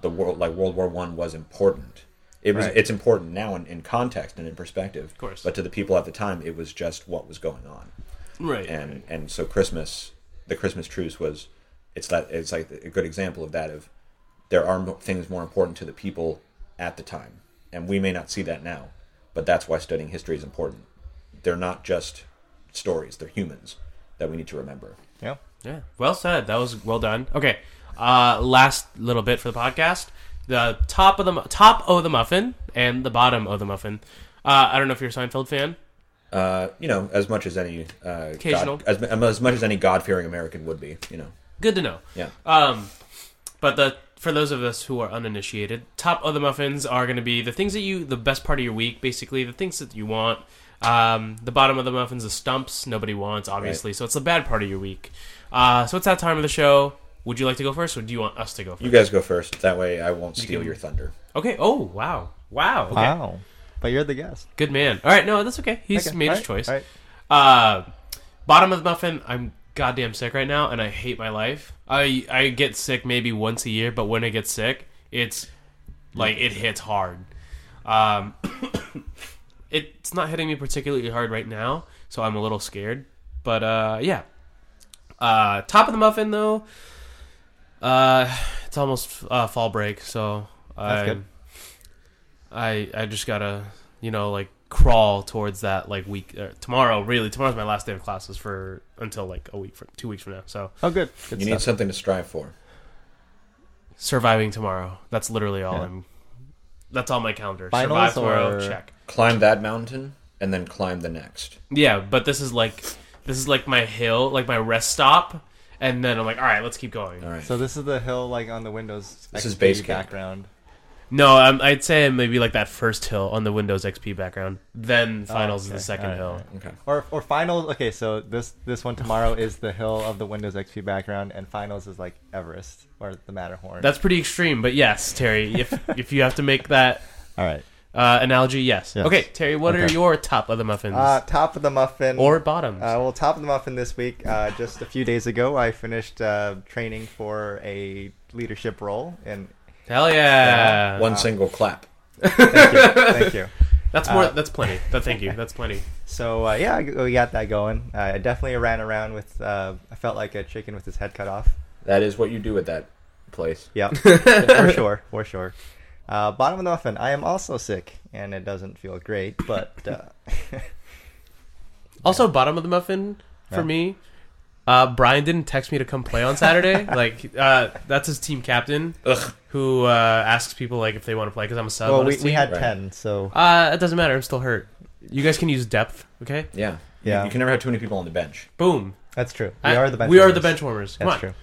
C: the world like World War 1 was important it was
A: Right.
C: it's important now in, in context and in perspective of
B: course.
C: but to the people at the time it was just what was going on
B: right
C: and and so Christmas, the Christmas truce was, it's that it's like a good example of that of, there are mo- things more important to the people at the time, and we may not see that now, but that's why studying history is important. They're not just stories; they're humans that we need to remember.
A: Yeah.
B: yeah well said that was well done okay uh last little bit for the podcast the top of the mu- top of the muffin and the bottom of the muffin uh, I don't know if you're a Seinfeld fan.
C: Uh, you know, as much as any uh,
B: Occasional.
C: God, as, as much as any God-fearing American would be. You know,
B: Good to know.
C: yeah.
B: Um, but the for those of us who are uninitiated, top of the muffins are going to be the things that you the best part of your week, basically the things that you want. Um, the bottom of the muffins, the stumps, nobody wants, obviously. So it's the bad part of your week. Uh, so it's that time of the show. Would you like to go first, or do you want us to go first?
C: You guys go first. That way, I won't steal
B: can-
C: your thunder.
B: Okay. Oh wow, wow. Okay.
A: Wow. But you're the guest.
B: Good man. All right. No, that's okay. He's
A: Okay.
B: made
A: All
B: his
A: right.
B: choice.
A: All right.
B: Uh, bottom of the muffin. I'm goddamn sick right now, and I hate my life. I I get sick maybe once a year, but when I get sick, it's like it hits hard. Um, it's not hitting me particularly hard right now, so I'm a little scared. But uh, yeah. Uh, top of the muffin though. Uh, it's almost uh, fall break, so I,
A: good.
B: I I just gotta you know like crawl towards that like week uh, tomorrow. Really, tomorrow's my last day of classes for until like a week from two weeks from now. So
A: Oh, good. Good
C: You need
A: stuff.
C: something to strive for.
B: surviving tomorrow. That's literally all
A: Yeah.
B: I'm. That's all my calendar.
A: Finals
B: Survive tomorrow.
A: or-
B: Check.
C: Climb that mountain and then climb the next.
B: Yeah, but this is like this is like my hill, like my rest stop, and then I'm like, all right, let's keep going.
C: All right.
A: So this is the hill like on the Windows.
C: This is
A: XP
C: base camp.
A: background.
B: No, I'm, I'd say maybe like that first hill on the Windows XP background, then finals
A: okay.
B: is the second
A: Alright,
B: hill.
A: alright.
C: okay.
A: Or or final. Okay, so this this one tomorrow is the hill of the Windows XP background, and finals is like Everest or the Matterhorn.
B: That's pretty extreme, but yes, Terry, if if you have to make that
A: all right.
B: uh, analogy, yes.
A: Yes.
B: Okay, Terry, what are
A: Okay.
B: your top of the muffins
A: Uh, top of the muffin
B: or bottoms?
A: Uh, well, top of the muffin this week. Uh, just a few days ago, I finished uh, training for a leadership role, and
B: Hell
A: uh,
B: yeah!
C: One single clap.
A: thank you, thank you.
B: That's more.
A: uh,
B: that's plenty. That, thank you. That's plenty.
A: So uh, yeah, I- we got that going. Uh, I definitely ran around with. Uh, I felt like a chicken with his head cut off.
C: That is what you do at that place.
A: Yeah, for sure, for sure. Uh, bottom of the muffin. I am also sick, and it doesn't feel great, but uh,
B: Also, bottom of the muffin for
A: Yeah.
B: me. Uh, Brian didn't text me to come play on Saturday. like uh, that's his team captain, who uh, asks people like if they want to play because I'm a sub.
A: well,
B: on
A: we,
B: his
A: we
B: team.
A: had
C: Right.
A: ten, so
B: Uh, it doesn't matter. I'm still hurt. You guys can use depth, okay?
C: Yeah.
A: Yeah.
C: You can never have too many people on the bench.
B: Boom.
A: that's true. We
B: I-
A: are the bench.
B: We are
A: warmers.
B: the bench warmers. Come
A: That's
B: on.
A: true.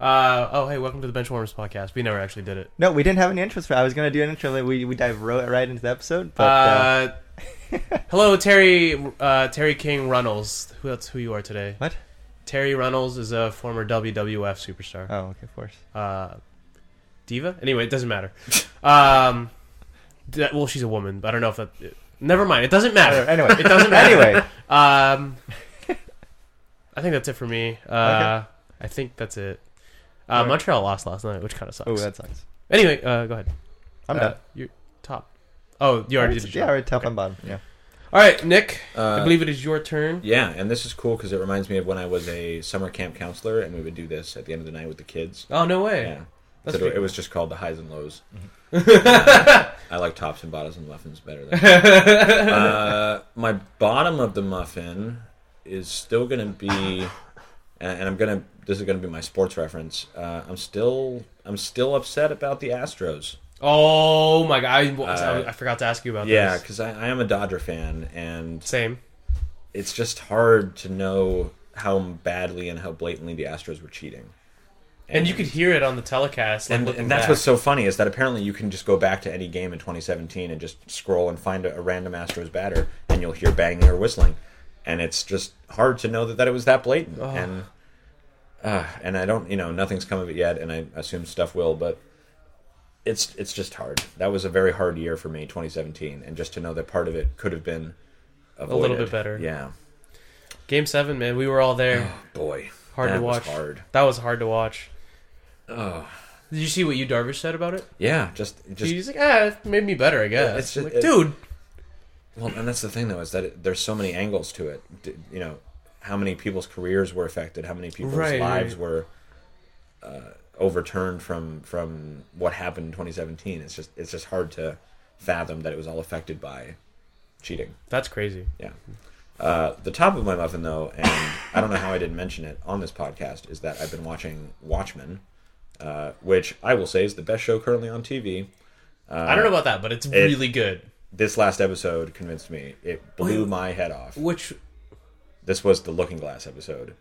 B: Uh, oh, hey, welcome to the Bench Warmers podcast. We never actually did it.
A: No, we didn't have any interest. For I was gonna do an intro. but We we dive ro- right into the episode, but. uh,
B: uh, hello, Terry. Uh, Terry King Runnels. Who that's who you are today?
A: What?
B: Terry Runnels is a former WWF superstar.
A: Oh, okay, of course.
B: Uh, diva. Anyway, it doesn't matter. Um, that- well, she's a woman. but I don't know if that. never mind. It doesn't matter.
A: Anyway,
B: It doesn't matter.
A: anyway,
B: Um, I think that's it for me. Uh, I think that's it. Uh,
A: Alright.
B: Montreal lost last night, which kind of sucks.
A: oh, that sucks.
B: anyway, uh, go ahead.
A: I'm
B: Uh,
A: done.
B: Your top. Oh, you already
A: Alright,
B: did.
A: yeah,
B: Your
A: already top and bottom. Yeah.
B: All right, Nick.
C: Uh,
B: I believe it is your turn.
C: Yeah, and this is cool because it reminds me of when I was a summer camp counselor, and we would do this at the end of the night with the kids.
B: Oh no way.
C: Yeah,
B: That's
C: So it,
B: pretty Mm-hmm.
C: was just called the highs and lows. Uh, I like tops and bottoms and muffins better. Than uh, my bottom of the muffin is still going to be, and I'm going to. This is going to be my sports reference. Uh, I'm still, I'm still upset about the Astros.
B: Oh my god, I,
C: Uh,
B: I forgot to ask you about
C: Yeah,
B: this.
C: because I, I am a Dodger fan, and
B: Same.
C: it's just hard to know how badly and how blatantly the Astros were cheating.
B: And you could hear it on the telecast. Like,
C: and,
B: looking
C: and that's
B: back.
C: what's so funny is that apparently you can just go back to any game in 2017 and just scroll and find a, a random Astros batter and you'll hear banging or whistling, and it's just hard to know that, that it was that blatant. And uh, and I don't, you know, nothing's come of it yet, and I assume stuff will, but it's it's just hard. That was a very hard year for me, 2017, and just to know that part of it could have been avoided.
B: little bit better.
C: Yeah,
B: Game seven, man. We were all there.
C: boy,
B: Hard
C: that
B: to
C: was
B: watch.
C: hard.
B: That was hard to watch.
C: Oh,
B: Did you see what you Darvish said about it?
C: yeah, just just
B: He's like, ah, it made me better, I guess.
C: it's
B: I'm
C: just-
B: like,
C: it-
B: dude,
C: Well, and that's the thing though is that it, there's so many angles to it. D- you know, how many people's careers were affected, how many people's
B: Right,
C: lives
B: right.
C: were uh, overturned from from what happened in 2017. It's just it's just hard to fathom that it was all affected by cheating.
B: that's crazy.
C: Yeah. Uh, the top of my muffin though, and I don't know how I didn't mention it on this podcast, is that I've been watching Watchmen, uh, which I will say is the best show currently on TV. Uh,
B: I don't know about that, but it's really good.
C: This last episode convinced me; it blew my head off.
B: Which
C: This was the Looking Glass episode.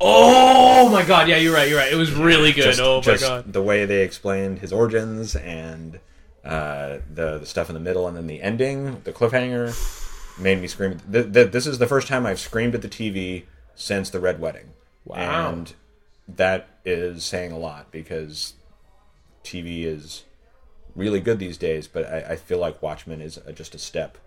B: Oh my god, yeah, you're right, you're right. It was really good.
C: just,
B: oh my
C: just
B: god.
C: the way they explained his origins and uh, the the stuff in the middle and then the ending, the cliffhanger, made me scream. Th- th- this is the first time I've screamed at the TV since the Red Wedding.
B: Wow.
C: And that is saying a lot because TV is really good these days, but I, I feel like Watchmen is uh just a step,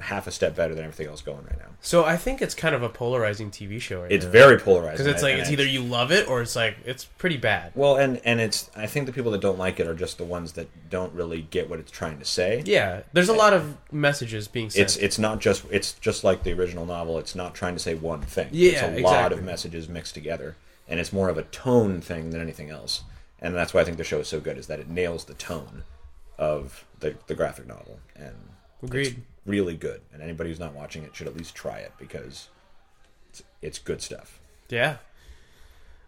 C: half a step better than everything else going right now.
B: So I think it's kind of a polarizing TV show right
C: It's very polarizing.
B: because it's
C: and-
B: like
C: and
B: it's
C: I-
B: either you love it or it's like it's pretty bad.
C: Well, and and it's I think the people that don't like it are just the ones that don't really get what it's trying to say.
B: Yeah, there's a lot of messages being sent.
C: It's it's not just it's just like the original novel. It's not trying to say one thing. it's
B: Yeah,
C: a lot
B: exactly.
C: of messages mixed together, and it's more of a tone thing than anything else. And that's why I think the show is so good is that it nails the tone of the the graphic novel, and it's
B: Agreed.
C: really good. And anybody who's not watching it should at least try it because it's, it's good stuff.
B: Yeah.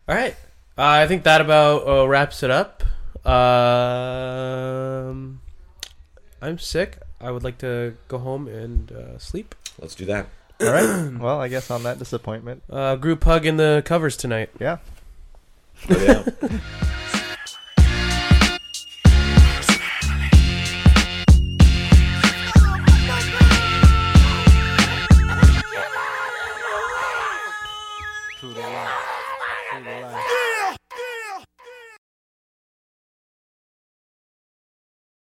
B: All right. Uh, I think that about uh, wraps it up. Um, I'm sick. I would like to go home and uh, sleep.
C: Let's do that.
A: All right. Well, I guess on that disappointment,
B: Uh, group hug in the covers tonight.
A: yeah.
C: Put it out.
D: True to life. True to life.